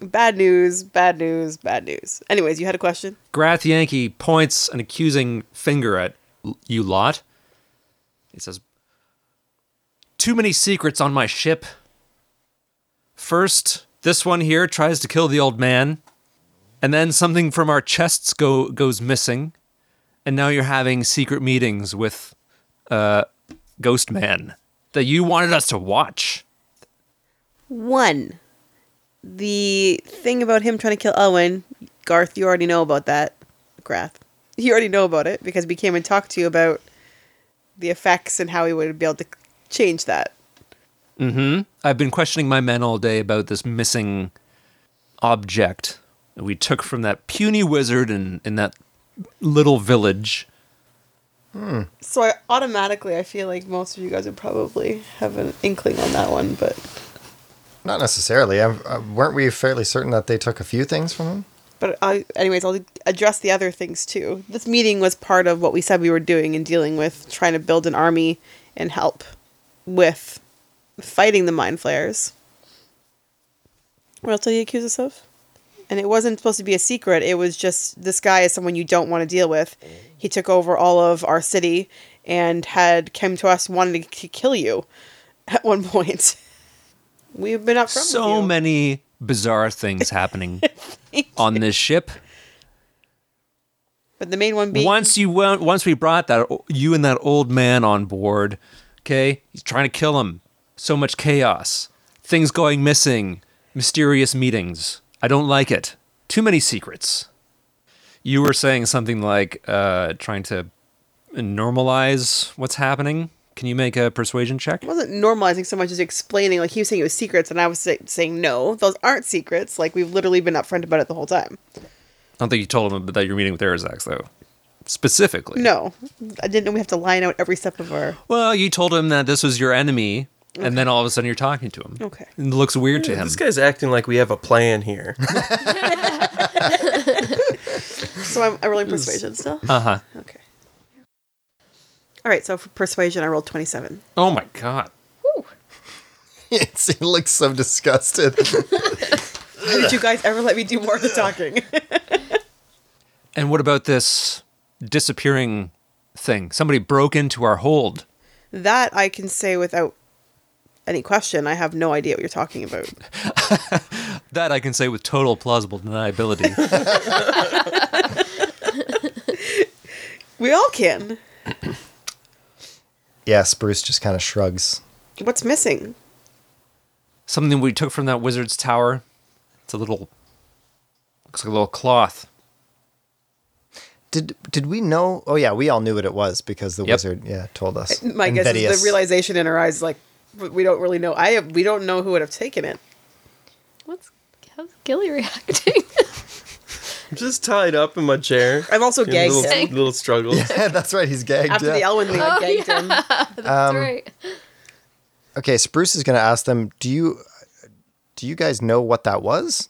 S4: Bad news, bad news, bad news. Anyways, you had a question?
S2: Grath Yankee points an accusing finger at l- you lot. He says, Too many secrets on my ship. First, this one here tries to kill the old man, and then something from our chests go goes missing, and now you're having secret meetings with uh, Ghost Man that you wanted us to watch.
S4: One. The thing about him trying to kill Elwin, Garth, you already know about that. Grath. You already know about it because we came and talked to you about the effects and how we would be able to change that.
S2: I've been questioning my men all day about this missing object that we took from that puny wizard in, in that little village.
S4: So I automatically I feel like most of you guys would probably have an inkling on that one, but
S6: Not necessarily. I, uh weren't we fairly certain that they took a few things from him?
S4: But I, anyways, I'll address the other things too. This meeting was part of what we said we were doing and dealing with trying to build an army and help with fighting the mind flayers. What else did he accuse us of? And it wasn't supposed to be a secret. It was just this guy is someone you don't want to deal with. He took over all of our city and had come to us wanting to k- kill you at one point. We've been up front.
S2: so
S4: with you.
S2: many bizarre things happening on this ship.
S4: But the main one being
S2: Once you went, once we brought that o- you and that old man on board, okay? He's trying to kill him. So much chaos. Things going missing, mysterious meetings. I don't like it. Too many secrets. You were saying something like uh trying to normalize what's happening. Can you make a persuasion check?
S4: wasn't normalizing so much as explaining. Like he was saying it was secrets, and I was say- saying no, those aren't secrets. Like we've literally been upfront about it the whole time.
S2: I don't think you told him that you're meeting with Arizax though. Specifically.
S4: No, I didn't know we have to line out every step of our.
S2: Well, you told him that this was your enemy, and then all of a sudden you're talking to him.
S4: Okay. Hmm,
S2: It looks weird to him.
S5: This guy's acting like we have a plan here.
S4: So I'm, I'm rolling persuasion still.
S2: Uh huh.
S4: Okay. All right. So for persuasion, I rolled twenty-seven.
S2: Oh my god.
S6: It's, he looks so disgusted.
S4: Did you guys ever let me do more of the talking?
S2: And what about this disappearing thing? Somebody broke into our hold.
S4: that I can say without any question. I have no idea what you're talking about.
S2: That I can say with total plausible deniability.
S4: We all can.
S6: yes, Bruce just kind of shrugs.
S4: What's missing?
S2: Something we took from that wizard's tower. It's a little looks like a little cloth.
S6: Did did we know? Oh yeah, we all knew what it was because the
S2: Yep.
S6: wizard yeah told us.
S4: Uh, My
S6: And
S4: guess is
S6: Vedius.
S4: the realization in her eyes, like but we don't really know. I have, we don't know who would have taken it.
S7: What's how's Gilly reacting?
S5: I'm just tied up in my chair.
S4: I'm also
S5: Doing
S4: gagged
S5: Little,
S4: him.
S5: little struggles.
S6: That's right. He's gagged.
S4: After
S6: yeah.
S4: the Elwin thing, I gagged him.
S7: That's
S2: Um,
S7: right.
S6: Okay, Spruce is going to ask them, "Do you do you guys know what that was?"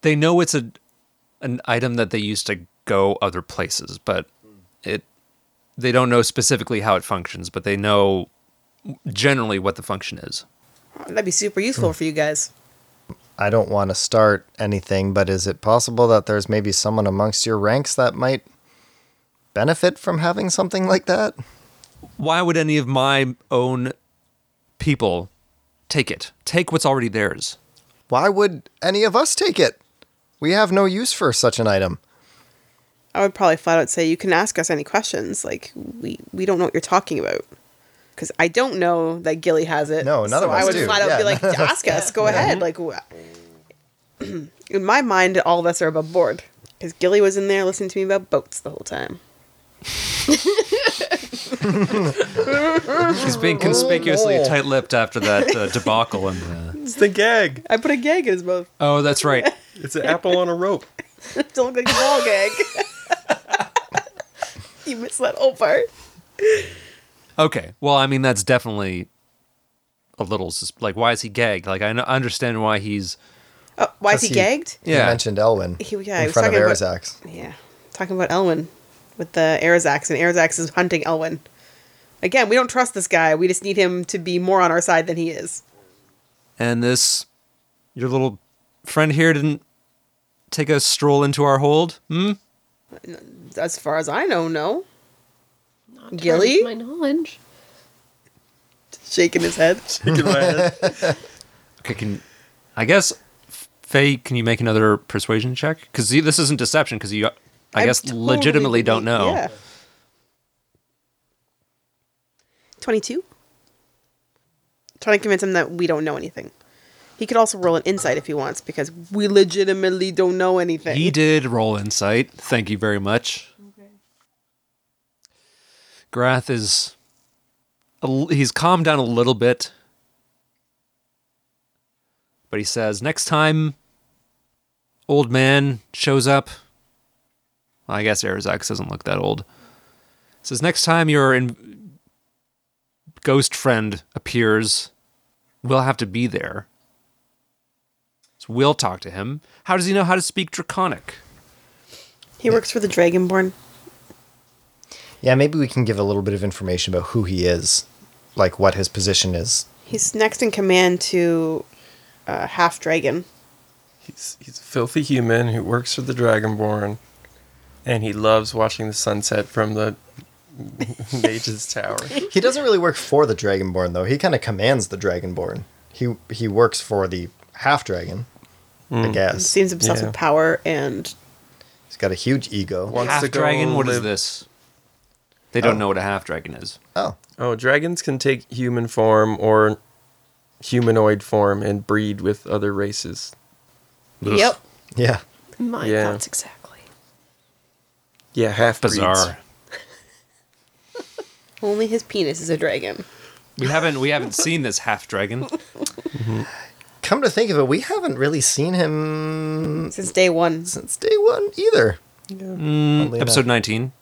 S2: They know it's a an item that they used to go other places, but it they don't know specifically how it functions, but they know generally what the function is.
S4: That'd be super useful for you guys.
S6: I don't want to start anything, but is it possible that there's maybe someone amongst your ranks that might benefit from having something like that?
S2: Why would any of my own people take it? Take what's already theirs.
S6: Why would any of us take it? We have no use for such an item.
S4: I would probably flat out say you can ask us any questions. Like we we don't know what you're talking about because I don't know that Gilly has it.
S6: No, none
S4: so
S6: of us
S4: I would
S6: do.
S4: flat out
S6: Yeah, Mm-hmm.
S4: be like, ask us. Go ahead. Like wh- in my mind, all of us are above board because Gilly was in there listening to me about boats the whole time.
S2: He's being conspicuously
S4: Oh.
S2: tight-lipped after that uh, debacle. And uh,
S5: It's the gag.
S4: I put a gag in his mouth.
S2: oh, that's right.
S5: It's an apple on a rope.
S4: Don't look like a ball gag. you missed that whole part.
S2: Okay. Well, I mean, that's definitely a little sus- like why is he gagged? Like I n- understand why he's
S4: Oh, why is
S6: 'Cause
S4: he,
S6: he-
S4: gagged?
S6: You
S2: yeah.
S6: mentioned Elwin
S4: He- yeah, he
S6: in
S4: was
S6: front of
S4: talking about-
S6: Arizax.
S4: Yeah. Talking about Elwin with the Arizax, and Arizax is hunting Elwin. Again, we don't trust this guy. We just need him to be more on our side than he is.
S2: and this your little friend here didn't take a stroll into our hold. Hmm?
S4: As far as I know, no.
S7: Not to
S4: Gilly?
S7: my knowledge.
S4: Shaking his head.
S5: Taking my head.
S2: Okay. Can I guess Faye? Can you make another persuasion check? Because this isn't deception. Because you, I
S4: I'm
S2: guess,
S4: totally-
S2: legitimately don't know.
S4: Yeah. 22? Trying to convince him that we don't know anything. He could also roll an insight if he wants because we legitimately don't know anything.
S2: He did roll insight. Thank you very much. Grath is a l- he's calmed down a little bit. But he says, "Next time old man shows up, I guess Arizax doesn't look that old." Says, "Next time your in- ghost friend appears, we'll have to be there." So we'll talk to him. How does he know how to speak draconic?
S4: He works for the Dragonborn.
S6: Yeah, maybe we can give a little bit of information about who he is, like what his position is.
S4: He's next in command to uh, Half Dragon.
S5: He's, he's a filthy human who works for the Dragonborn, and he loves watching the sunset from the Mage's Tower.
S6: He doesn't really work for the Dragonborn though. He kind of commands the Dragonborn. He he works for the half dragon,
S2: Hmm.
S6: I guess.
S4: Seems obsessed
S5: Yeah.
S4: with power and
S6: He's got a huge ego.
S5: Wants
S2: half
S5: to go
S2: dragon. What is
S5: live-
S2: this? They don't
S6: Oh.
S2: know what a half dragon is.
S6: Oh,
S5: Oh, dragons can take human form or humanoid form and breed with other races.
S4: yep.
S6: yeah.
S7: My
S5: Yeah.
S7: thoughts exactly.
S5: Yeah, half
S2: Bizarre.
S4: Only his penis is a dragon.
S2: We haven't we haven't seen this half dragon.
S6: Come to think of it, we haven't really seen him
S4: Since day one,
S6: since day one either. Oddly
S2: Hmm, Episode
S6: enough.
S2: nineteen,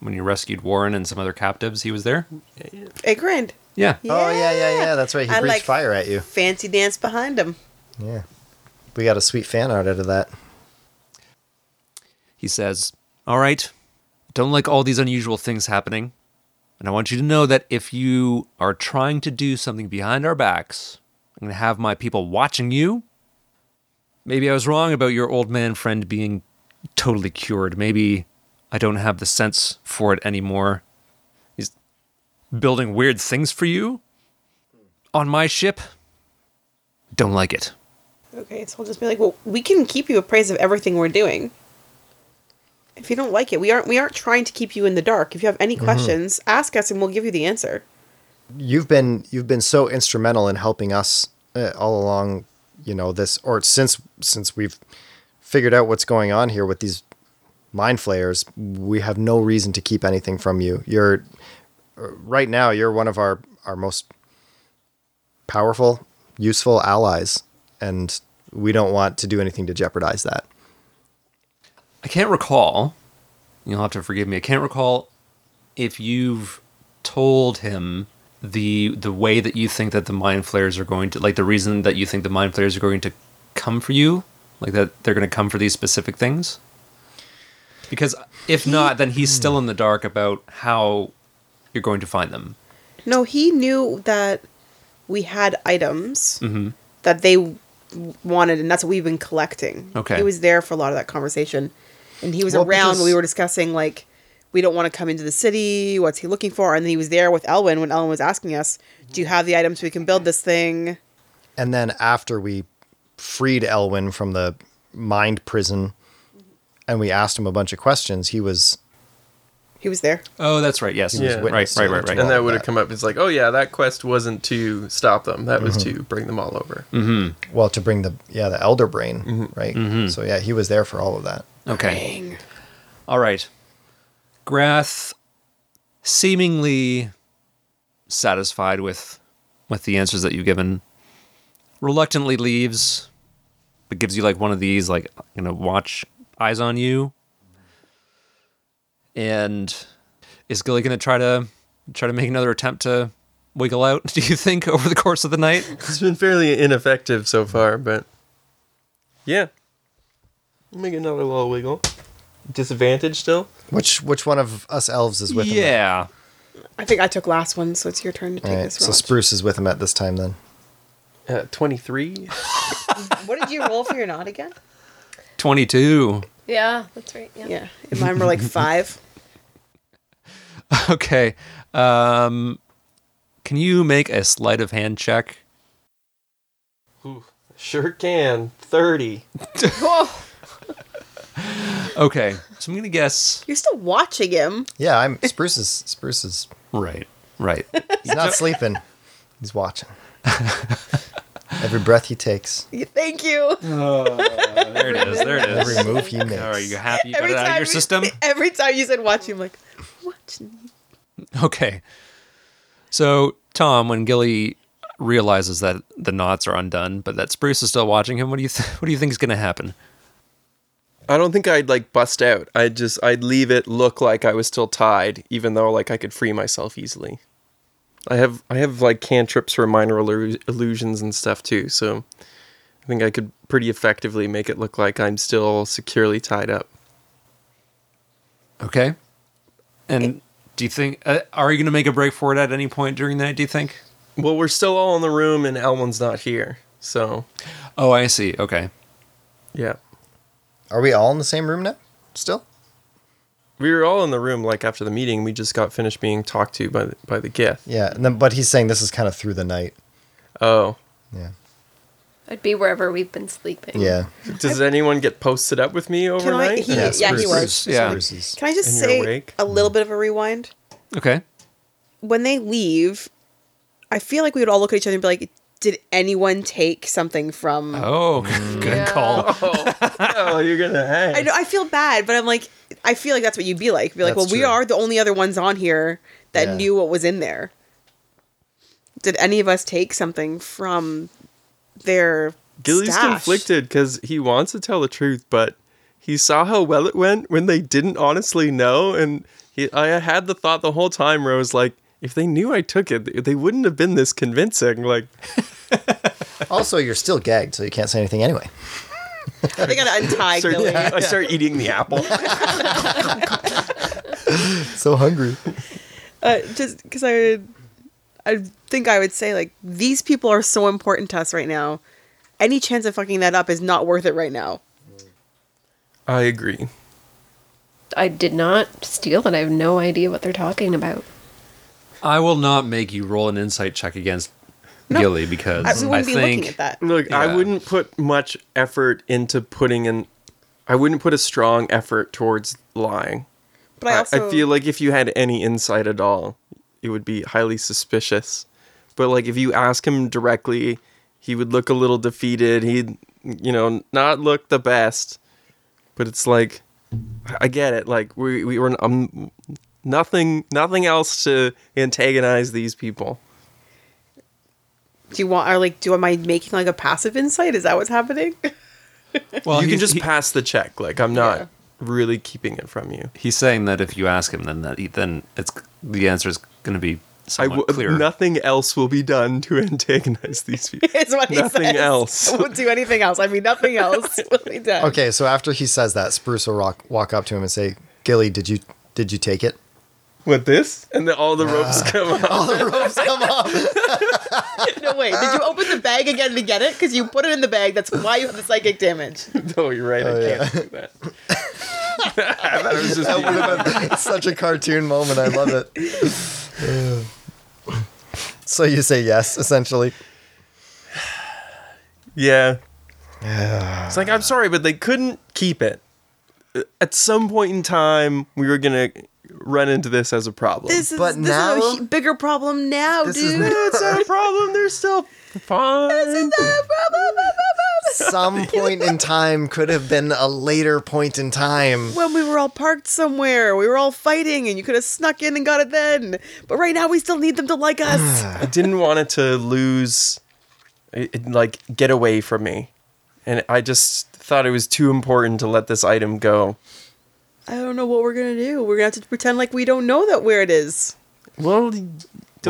S2: when you rescued Warren and some other captives, he was there.
S4: I grinned.
S2: Yeah.
S6: Oh yeah, yeah, yeah. That's right. He
S4: I
S6: breathed
S4: like-
S6: fire at you.
S4: Fancy dance behind him.
S6: Yeah, we got a sweet fan art out of that.
S2: He says, "All right, don't like all these unusual things happening, and I want you to know that if you are trying to do something behind our backs, I'm going to have my people watching you. Maybe I was wrong about your old man friend being totally cured. Maybe I don't have the sense for it anymore. He's building weird things for you on my ship. Don't like it."
S4: Okay, so we'll just be like, well, we can keep you appraised of everything we're doing. If you don't like it, we aren't we aren't trying to keep you in the dark. If you have any questions, ask us and we'll give you the answer.
S6: You've been you've been so instrumental in helping us uh, all along. You know this, or since since we've figured out what's going on here with these mind flayers, we have no uh, reason to keep anything from you. You're right now. You're one of our our most powerful, useful allies, and we don't want to do anything to jeopardize that.
S2: I can't recall. You'll have to forgive me. I can't recall if you've told him the the way that you think that the mind flayers are going to like the reason that you think the mind flayers are going to come for you, like that they're going to come for these specific things. Because if not, then he's still in the dark about how you're going to find them.
S4: No, he knew that we had items
S2: Mm-hmm.
S4: that they w- wanted, and that's what we've been collecting.
S2: Okay.
S4: he was there for a lot of that conversation, and he was
S6: Well,
S4: around when we
S6: because-
S4: were discussing like we don't want to come into the city. What's he looking for? And then he was there with Elwin when Elwin was asking us, "Do you have the items we can build this thing?"
S6: And then after we freed Elwin from the mind prison and we asked him a bunch of questions, he was
S4: He was there.
S2: Oh, that's right. Yes.
S5: was
S2: Right, right,
S6: witness
S2: right,
S6: to
S2: right.
S6: it.
S5: and
S6: all
S5: that
S6: of
S5: would have
S6: that.
S5: come up. It's like, oh yeah, that quest wasn't to stop them. That was to bring them all over.
S6: well to bring the yeah, the elder brain,
S2: Mm-hmm.
S6: right? So yeah, he was there for all of that.
S2: Okay. All right. Grath, seemingly satisfied with with the answers that you've given, reluctantly leaves, but gives you like one of these, like I'm gonna watch eyes on you. And is Gilly gonna try to try to make another attempt to wiggle out? Do you think over the course of the night?
S5: It's been fairly ineffective so far, but yeah. Make another little wiggle. Disadvantage still.
S6: Which which one of us elves is with him?
S2: yeah.
S4: I think I took last one, so it's your turn to take
S6: All right,
S4: this.
S6: so
S4: Raj.
S6: Spruce is with him at this time then.
S5: Uh, 23.
S4: what did you roll for your nod again?
S2: Twenty two.
S7: Yeah, that's right. Yeah.
S4: Yeah, and mine were like five.
S2: Okay. Um, can you make a sleight of hand check?
S5: Sure can. 30.
S2: Okay. So I'm going to guess.
S4: You're still watching him.
S6: Yeah, I'm Spruce is Spruce is
S2: Right. Right.
S6: he's not sleeping. He's watching. Every breath he takes,
S4: Thank you.
S2: There it is. There it is.
S6: every move he makes.
S2: All right. You happy? You got it out of your
S4: you-
S2: system?
S4: Every time you said watch, I'm like, watch. me."
S2: Okay. So, Tom, when Gilly realizes that the knots are undone, but that Spruce is still watching him, what do you, th- what do you think is going to happen?
S5: I don't think I'd like bust out. I'd just, I'd leave it look like I was still tied, even though like I could free myself easily. I have, I have like cantrips for minor illu- illusions and stuff too, so I think I could pretty effectively make it look like I'm still securely tied up.
S2: Okay. And do you think, uh, are you going to make a break for it at any point during the night, do you think?
S5: Well, we're still all in the room and Elwin's not here. So,
S2: Oh, I see. Okay.
S5: yeah.
S6: Are we all in the same room now? Still?
S5: We were all in the room like after the meeting. We just got finished being talked to by the, by the Gith.
S6: Yeah, and then but he's saying this is kind of through the night.
S5: Oh.
S6: Yeah.
S7: I'd be wherever we've been
S2: Hmm.
S7: sleeping.
S6: Yeah.
S5: Does anyone get posted up with me
S4: Can I?
S5: overnight?
S4: He,
S6: Yeah,
S4: yeah, he
S6: Spruce.
S4: was.
S2: Yeah.
S6: Spruce is-
S4: Can I just
S5: And you're
S4: say
S5: awake?
S4: a little bit of a rewind?
S2: Okay.
S4: When they leave, I feel like we would all look at each other and be like, did anyone take something from?
S2: Oh, good
S7: Yeah.
S2: call.
S5: oh, you're going to hang.
S4: I know I feel bad, but I'm like, I feel like that's what you'd be like. Be like,
S6: That's
S4: well, we
S6: true.
S4: are the only other ones on here that
S6: Yeah.
S4: knew what was in there. Did any of us take something from their
S5: Gilly's
S4: stash?
S5: conflicted because he wants to tell the truth, but he saw how well it went when they didn't honestly know. And he, I had the thought the whole time where I was like, if they knew I took it, they wouldn't have been this convincing. Like,
S6: Also, you're still gagged, so you can't say anything anyway.
S4: They gotta untie
S5: start-
S4: Gilly.
S5: I start eating the apple.
S6: So hungry.
S4: uh, just because I would, I think I would say like these people are so important to us right now. Any chance of fucking that up is not worth it right now.
S5: I agree.
S7: I did not steal it. I have no idea what they're talking about.
S2: I will not make you roll an insight check against Gilly because Mm,
S4: I,
S2: I,
S4: we wouldn't be
S2: think
S4: looking at that.
S5: Look,
S2: Yeah.
S5: I wouldn't put much effort into putting in. I wouldn't put a strong effort towards lying.
S4: But I also
S5: I feel like if you had any insight at all, it would be highly suspicious. But like if you ask him directly, he would look a little defeated. He'd, you know, not look the best. But it's like, I get it. Like we we were um, nothing nothing else to antagonize these people.
S4: Do you want, or like, do am I making like a passive insight? Is that what's happening?
S2: Well,
S5: you
S2: he-
S5: can just
S2: he-
S5: pass the check. Like I'm not really keeping it from you.
S2: he's saying that if you ask him, then that he, then it's the answer is going to be
S5: I uh,
S2: somewhat
S5: w-
S2: clearer.
S5: nothing else will be done to antagonize these people.
S4: Is what he
S5: nothing
S4: says.
S5: else.
S4: I won't do anything else. I mean, nothing else. will be done.
S6: Okay, so after he says that, Spruce will rock, walk up to him and say, "Gilly, did you did you take it?"
S5: With this, and then all the ropes come out.
S4: No, wait. Did you open the bag again to get it? Because you put it in the bag. That's why you have the psychic damage.
S5: Oh, you're right. I can't do that. I thought it was just you.
S6: It's such a cartoon moment. I love it. Uh, so you say yes, essentially.
S5: Yeah. It's like, I'm sorry, but they couldn't keep it. At some point in time, we were going to run into this as a problem.
S4: This is,
S6: But
S4: this
S6: now-
S4: is a hu- bigger problem now,
S6: This is
S4: dude.
S6: not-
S5: it's not a problem. They're still fine.
S6: Some point in time could have been a later point in time.
S4: when we were all parked somewhere, we were all fighting, and you could have snuck in and got it then. But right now, we still need them to like us.
S5: I didn't want it to lose, it- it, like, get away from me. And I just thought it was too important to let this item go.
S4: I don't know what we're gonna do. We're gonna have to pretend like we don't know that where it is.
S5: Well, don't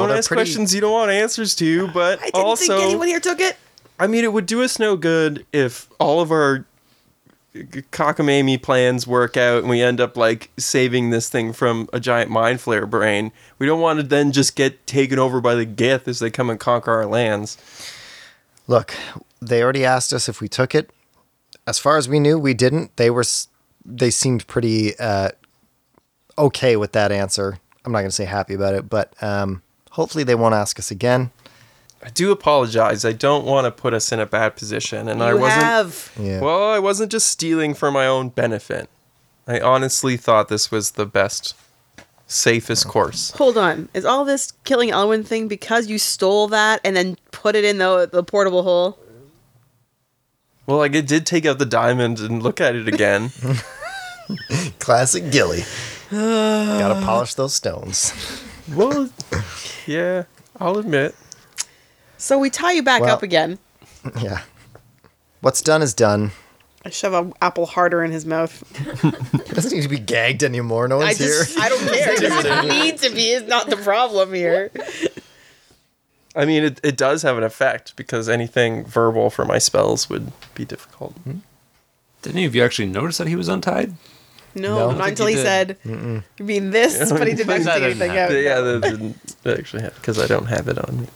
S6: they're
S5: ask
S6: pretty-
S5: questions you don't want answers to, but
S4: I didn't
S5: also.
S4: think anyone here took it.
S5: I mean, it would do us no good if all of our g- cockamamie plans work out and we end up like saving this thing from a giant mind flare brain. We don't want to then just get taken over by the Gith as they come and conquer our lands.
S6: Look, they already asked us if we took it. As far as we knew, we didn't. They were s- they seemed pretty uh, okay with that answer. I'm not going to say happy about it, but um, hopefully they won't ask us again.
S5: I do apologize. I don't want to put us in a bad position, and I
S4: you
S5: wasn't.
S4: have.
S6: Yeah.
S5: Well, I wasn't just stealing for my own benefit. I honestly thought this was the best, safest course.
S4: Hold on. Is all this killing Elwin thing because you stole that and then put it in the the portable hole?
S5: Well, like it did take out the diamond and look at it again.
S6: Classic Gilly. Got to polish those stones.
S5: well, yeah, I'll admit.
S4: So we tie you back
S6: Well-
S4: up again.
S6: Yeah. What's done is done.
S4: I shove an apple harder in his mouth.
S6: It doesn't need to be gagged anymore. No
S4: I
S6: one's here.
S4: just I don't care. It doesn't need to be. It's not the problem here.
S5: I mean, it, it does have an effect because anything verbal for my spells would be difficult.
S2: Did any of you actually notice that he was untied?
S4: No,
S2: think
S4: not until
S2: he
S4: he,
S2: did.
S4: said, "You mean this?" But he didn't
S2: That
S4: actually do
S2: didn't
S4: anything
S2: happen.
S4: out.
S5: But yeah, that didn't actually happen because I don't have it on me.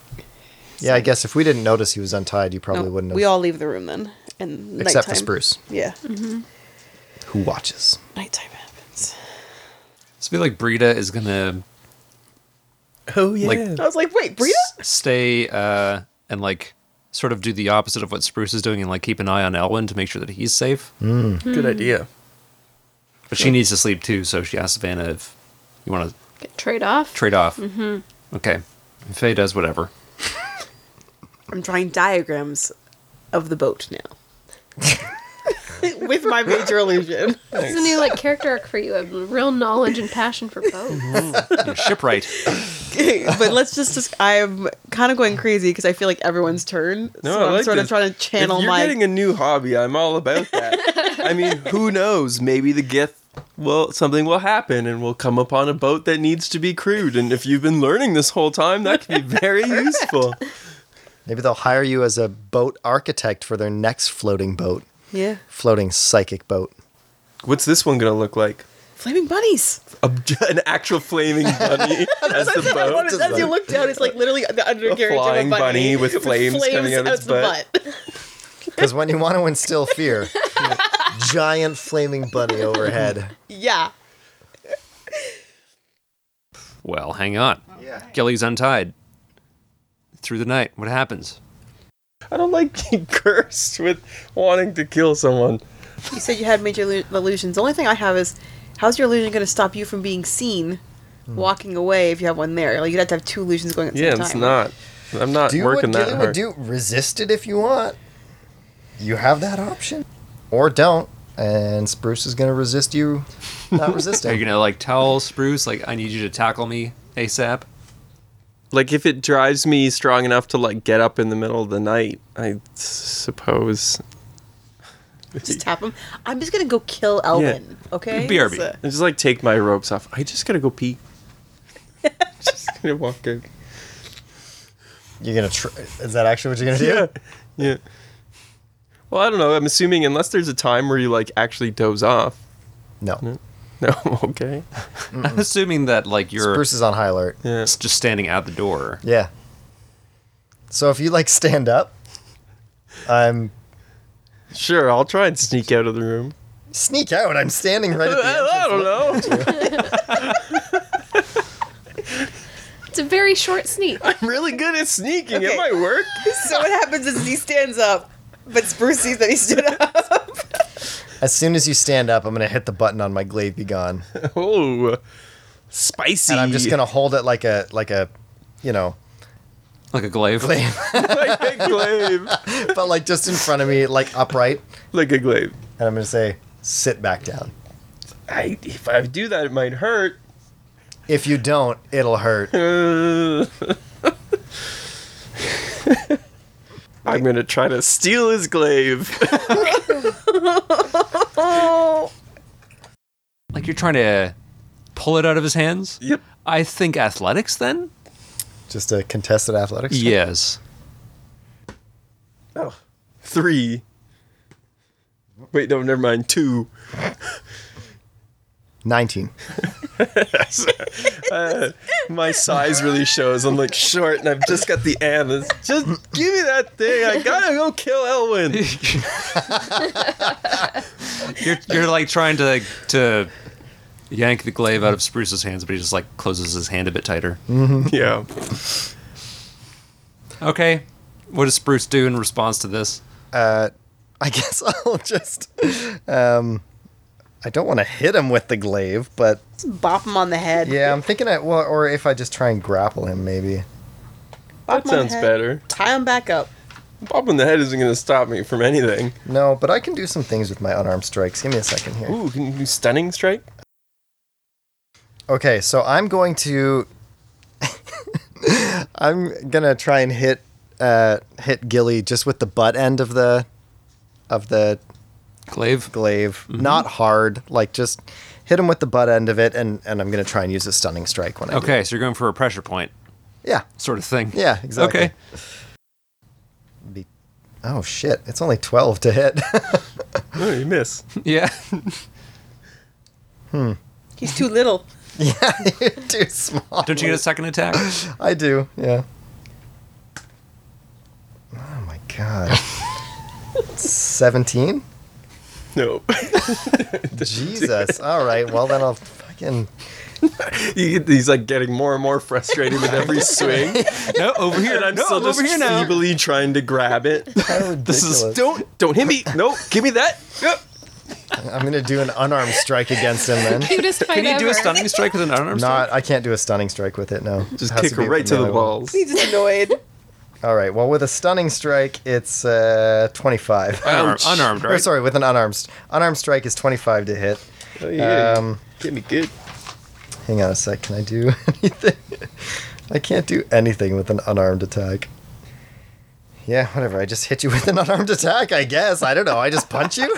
S6: Yeah, I guess if we didn't notice he was untied, you probably
S4: No,
S6: wouldn't have.
S4: we all leave the room then, and
S6: except
S4: nighttime.
S6: for Spruce,
S4: Yeah,
S6: who watches.
S4: nighttime happens.
S2: So I feel like Brita is going to
S5: Oh, yeah.
S4: I was like, "Wait, Brita."
S2: s- stay uh, and like sort of do the opposite of what Spruce is doing and like keep an eye on Elwin to make sure that he's safe.
S4: Mm-hmm.
S5: good
S4: Hmm.
S5: idea.
S2: But she needs to sleep too, so she asks Savannah if you want to
S7: Get trade off.
S2: trade off. Mm-hmm. Okay, And Faye does whatever.
S4: I'm drawing diagrams of the boat now with my major illusion.
S7: It's a new like character arc for you. A real knowledge and passion for
S2: Mm-hmm.
S7: both.
S2: You're shipwright.
S4: but let's just, just I'm kind of going crazy because I feel like everyone's turn.
S5: No,
S4: so
S5: I
S4: I'm
S5: like
S4: sort
S5: this.
S4: of trying to
S5: if
S4: channel
S5: you're
S4: my
S5: getting a new hobby. I'm all about that. I mean, who knows? Maybe the Gith, well, something will happen and we'll come upon a boat that needs to be crewed. And if you've been learning this whole time, that can be very useful.
S6: Maybe they'll hire you as a boat architect for their next floating boat,
S4: yeah
S6: floating psychic boat.
S5: What's this one going to look like?
S4: flaming bunnies.
S5: A, an actual flaming bunny as the
S4: I
S5: boat.
S4: wanted, as you look down, it's like literally the undercarriage
S5: flying
S4: of a
S5: bunny with flames coming out its butt.
S4: butt.
S6: Because when you want to instill fear, giant flaming bunny overhead.
S4: yeah.
S2: Well, hang on. Gilly's untied. Through the night, what happens?
S5: I don't like being cursed with wanting to kill someone.
S4: You said you had major illu- illusions. The only thing I have is, how's your illusion going to stop you from being seen walking away if you have one there? Like you'd have to have two illusions going at the
S5: Hmm. Yeah,
S4: same time.
S5: it's not. I'm not
S6: Do
S5: working
S6: what Gilly
S5: that hard.
S6: would do. Resist it if you want. You have that option, or don't. And Spruce is going to resist you not
S2: Are you
S6: resisting.
S2: gonna like tell Spruce like I need you to tackle me ASAP?
S5: Like if it drives me strong enough to like get up in the middle of the night, I suppose.
S4: Just tap him. I'm just gonna go kill Elvin. Okay.
S2: BRB.
S4: So-
S5: I just like take my ropes off. I just gotta go pee. just gonna walk in.
S6: You're gonna. Tr- is that actually what you're gonna do?
S5: Yeah. Yeah. Well, I don't know. I'm assuming unless there's a time where you like actually doze off.
S6: No.
S5: No, okay.
S2: I'm assuming that like you're
S6: Bruce is on high alert.
S5: Yeah.
S2: s- just standing out the door.
S6: Yeah. So if you like stand up, I'm
S5: Sure, I'll try and sneak out of the room.
S6: sneak out. I'm standing right at the
S5: I,
S6: entrance.
S5: I don't know.
S7: It's a very short sneak.
S5: I'm really good at sneaking. It
S4: Okay.
S5: might work.
S4: So what happens is he stands up, but Spruce sees that he stood up.
S6: As soon as you stand up, I'm gonna hit the button on my glade be gone,
S5: Oh, spicy.
S6: and I'm just gonna hold it like a like a, you know,
S2: Like a glaive.
S5: like a glaive.
S6: but like just in front of me, like upright,
S5: Like a glaive.
S6: and I'm gonna say, sit back down.
S5: I, if I do that, it might hurt.
S6: If you don't, it'll hurt.
S5: Uh. I'm gonna try to steal his glaive.
S2: Like you're trying to pull it out of his hands.
S5: Yep.
S2: I think athletics then?
S6: Just a contested athletics. check.
S2: Yes.
S5: Oh. Three. Wait, no, never mind. Two.
S6: Nineteen.
S5: My size really shows. I'm like short, and I've just got the anus. Just give me that thing. I gotta go kill Elwin.
S2: You're you're like trying to like, to yank the glaive out of Spruce's hands, but he just like closes his hand a bit tighter.
S5: Yeah.
S2: Okay. What does Spruce do in response to this?
S6: I guess I'll just. Um, I don't want to hit him with the glaive, but
S4: Bop him on the head.
S6: yeah, I'm thinking I well, or if I just try and grapple him, maybe.
S4: Bop
S5: That
S4: him on the
S5: sounds
S4: head.
S5: better.
S4: Tie him back up.
S5: Bobbing the head isn't gonna stop me from anything.
S6: No, but I can do some things with my unarmed strikes. Give me a second here.
S5: Ooh, can you do stunning strike?
S6: Okay, so I'm going to I'm gonna try and hit uh, hit Gilly just with the butt end of the of the
S2: Glaive?
S6: glaive, not hard. Like just hit him with the butt end of it, and and I'm gonna try and use a stunning strike when I do.
S2: Okay, so you're going for a pressure point
S6: Yeah,
S2: sort of thing.
S6: yeah, exactly.
S2: Okay.
S6: Be- oh shit, it's only twelve to hit.
S5: Oh, you miss.
S2: Yeah.
S4: He's too little.
S6: yeah, you're too small.
S2: Don't you get a second attack?
S6: I do. Yeah. Oh my god. Seventeen.
S5: No.
S6: Jesus. All right. Well, then I'll fucking.
S5: You get- He's like getting more and more frustrated with every swing.
S2: No, over here.
S5: And I'm
S2: no,
S5: still
S2: I'm
S5: just
S2: over here now.
S5: feebly trying to grab it.
S6: How
S5: This is
S6: ridiculous.
S5: don't don't hit me. No, give me that. Yep.
S6: I'm gonna do an unarmed strike against him then.
S7: Cutest fight
S2: Can you do
S7: ever.
S2: a stunning strike with an unarmed strike?
S6: Not. I can't do a stunning strike with it. No.
S5: Just
S6: Has
S5: kick
S6: be
S5: her
S6: with
S5: right to the
S6: melee one.
S5: balls.
S4: He's just annoyed.
S6: All right. Well, with a stunning strike, it's uh 25.
S2: Unarmed, unarmed,
S6: Or
S2: right?
S6: sorry, with an unarmed st- unarmed strike is 25 to hit.
S5: Oh, yeah.
S6: Um,
S5: Get me good.
S6: Hang on a sec. Can I do anything? I can't do anything with an unarmed attack. Yeah, whatever. I just hit you with an unarmed attack, I guess. I don't know. I just punch you?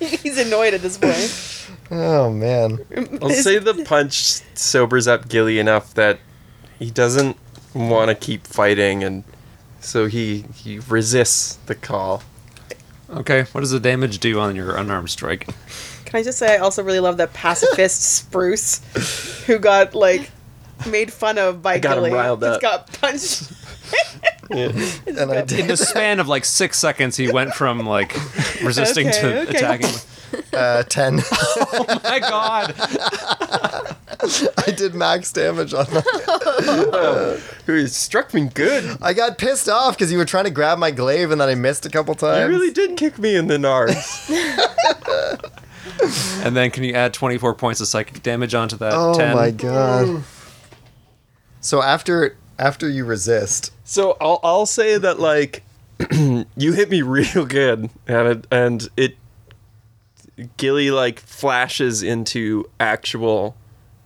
S4: He's annoyed at this point.
S6: Oh, man.
S5: I'll say the punch sobers up Gilly enough that he doesn't want to keep fighting, and so he he resists the call.
S2: Okay, what does the damage do on your unarmed strike?
S4: Can I just say I also really love that pacifist Spruce, who got like made fun of by
S5: got him
S4: Gilly.
S5: riled
S4: Just
S5: up.
S4: got punched.
S6: And I
S2: In
S6: did.
S2: the span of like six seconds, he went from like resisting
S4: Okay,
S2: to
S4: okay.
S2: attacking.
S6: Uh, 10.
S2: My God,
S6: I did max damage on that.
S5: He struck me good. You
S6: I got pissed off because you were trying to grab my glaive and then I missed a couple times.
S5: really did kick me in the nards.
S2: And then can you add 24 points of psychic damage onto that
S6: Oh,
S2: 10?
S6: my God. So after after you resist,
S5: So I'll I'll say that like you hit me real good, and it, and it Gilly like flashes into actual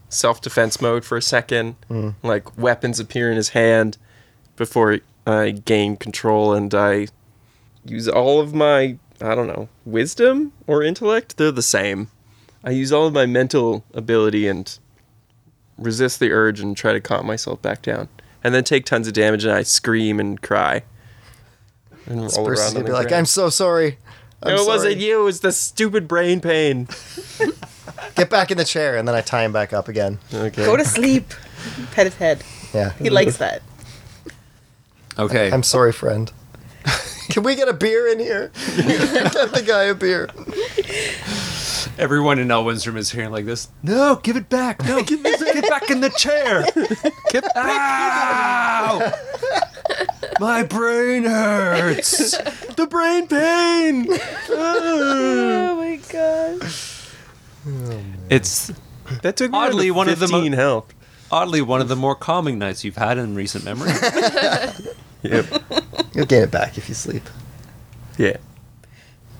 S5: self defense mode for a second.
S6: Hmm.
S5: Like weapons appear in his hand before I gain control and I use all of my I don't know wisdom or intellect. They're the same. I use all of my mental ability and resist the urge and try to calm myself back down, and then take tons of damage and I scream and cry. And roll
S6: Versus
S5: around on
S6: you'd
S5: the
S6: be like,
S5: ground.
S6: I'm so sorry. I'm
S5: No, it wasn't
S6: sorry.
S5: you. It was the stupid brain pain.
S6: Get back in the chair, and then I tie him back up again.
S5: Okay.
S4: Go to sleep. Pet his head.
S6: Yeah.
S4: He likes that.
S2: Okay.
S6: I'm sorry, friend. Can we get a beer in here? get the guy a beer.
S2: Everyone in Elwyn's room is hearing like this. No, give it back. No, give it get back in the chair. Get back. Ow! My brain hurts.
S5: The brain pain.
S4: Oh my gosh.
S2: It's
S5: That took me
S2: Oddly,
S5: down to
S2: one of the mo-
S5: 15 health.
S2: oddly one of the more calming nights you've had in recent memory.
S5: Yep.
S6: You'll gain it back if you sleep.
S5: yeah.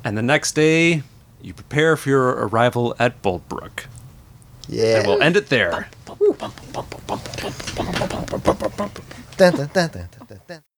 S2: and the next day, you prepare for your arrival at Boldbrook.
S6: Yeah.
S2: And we'll end it there.
S6: Dun, dun, dun, dun, dun, dun, dun.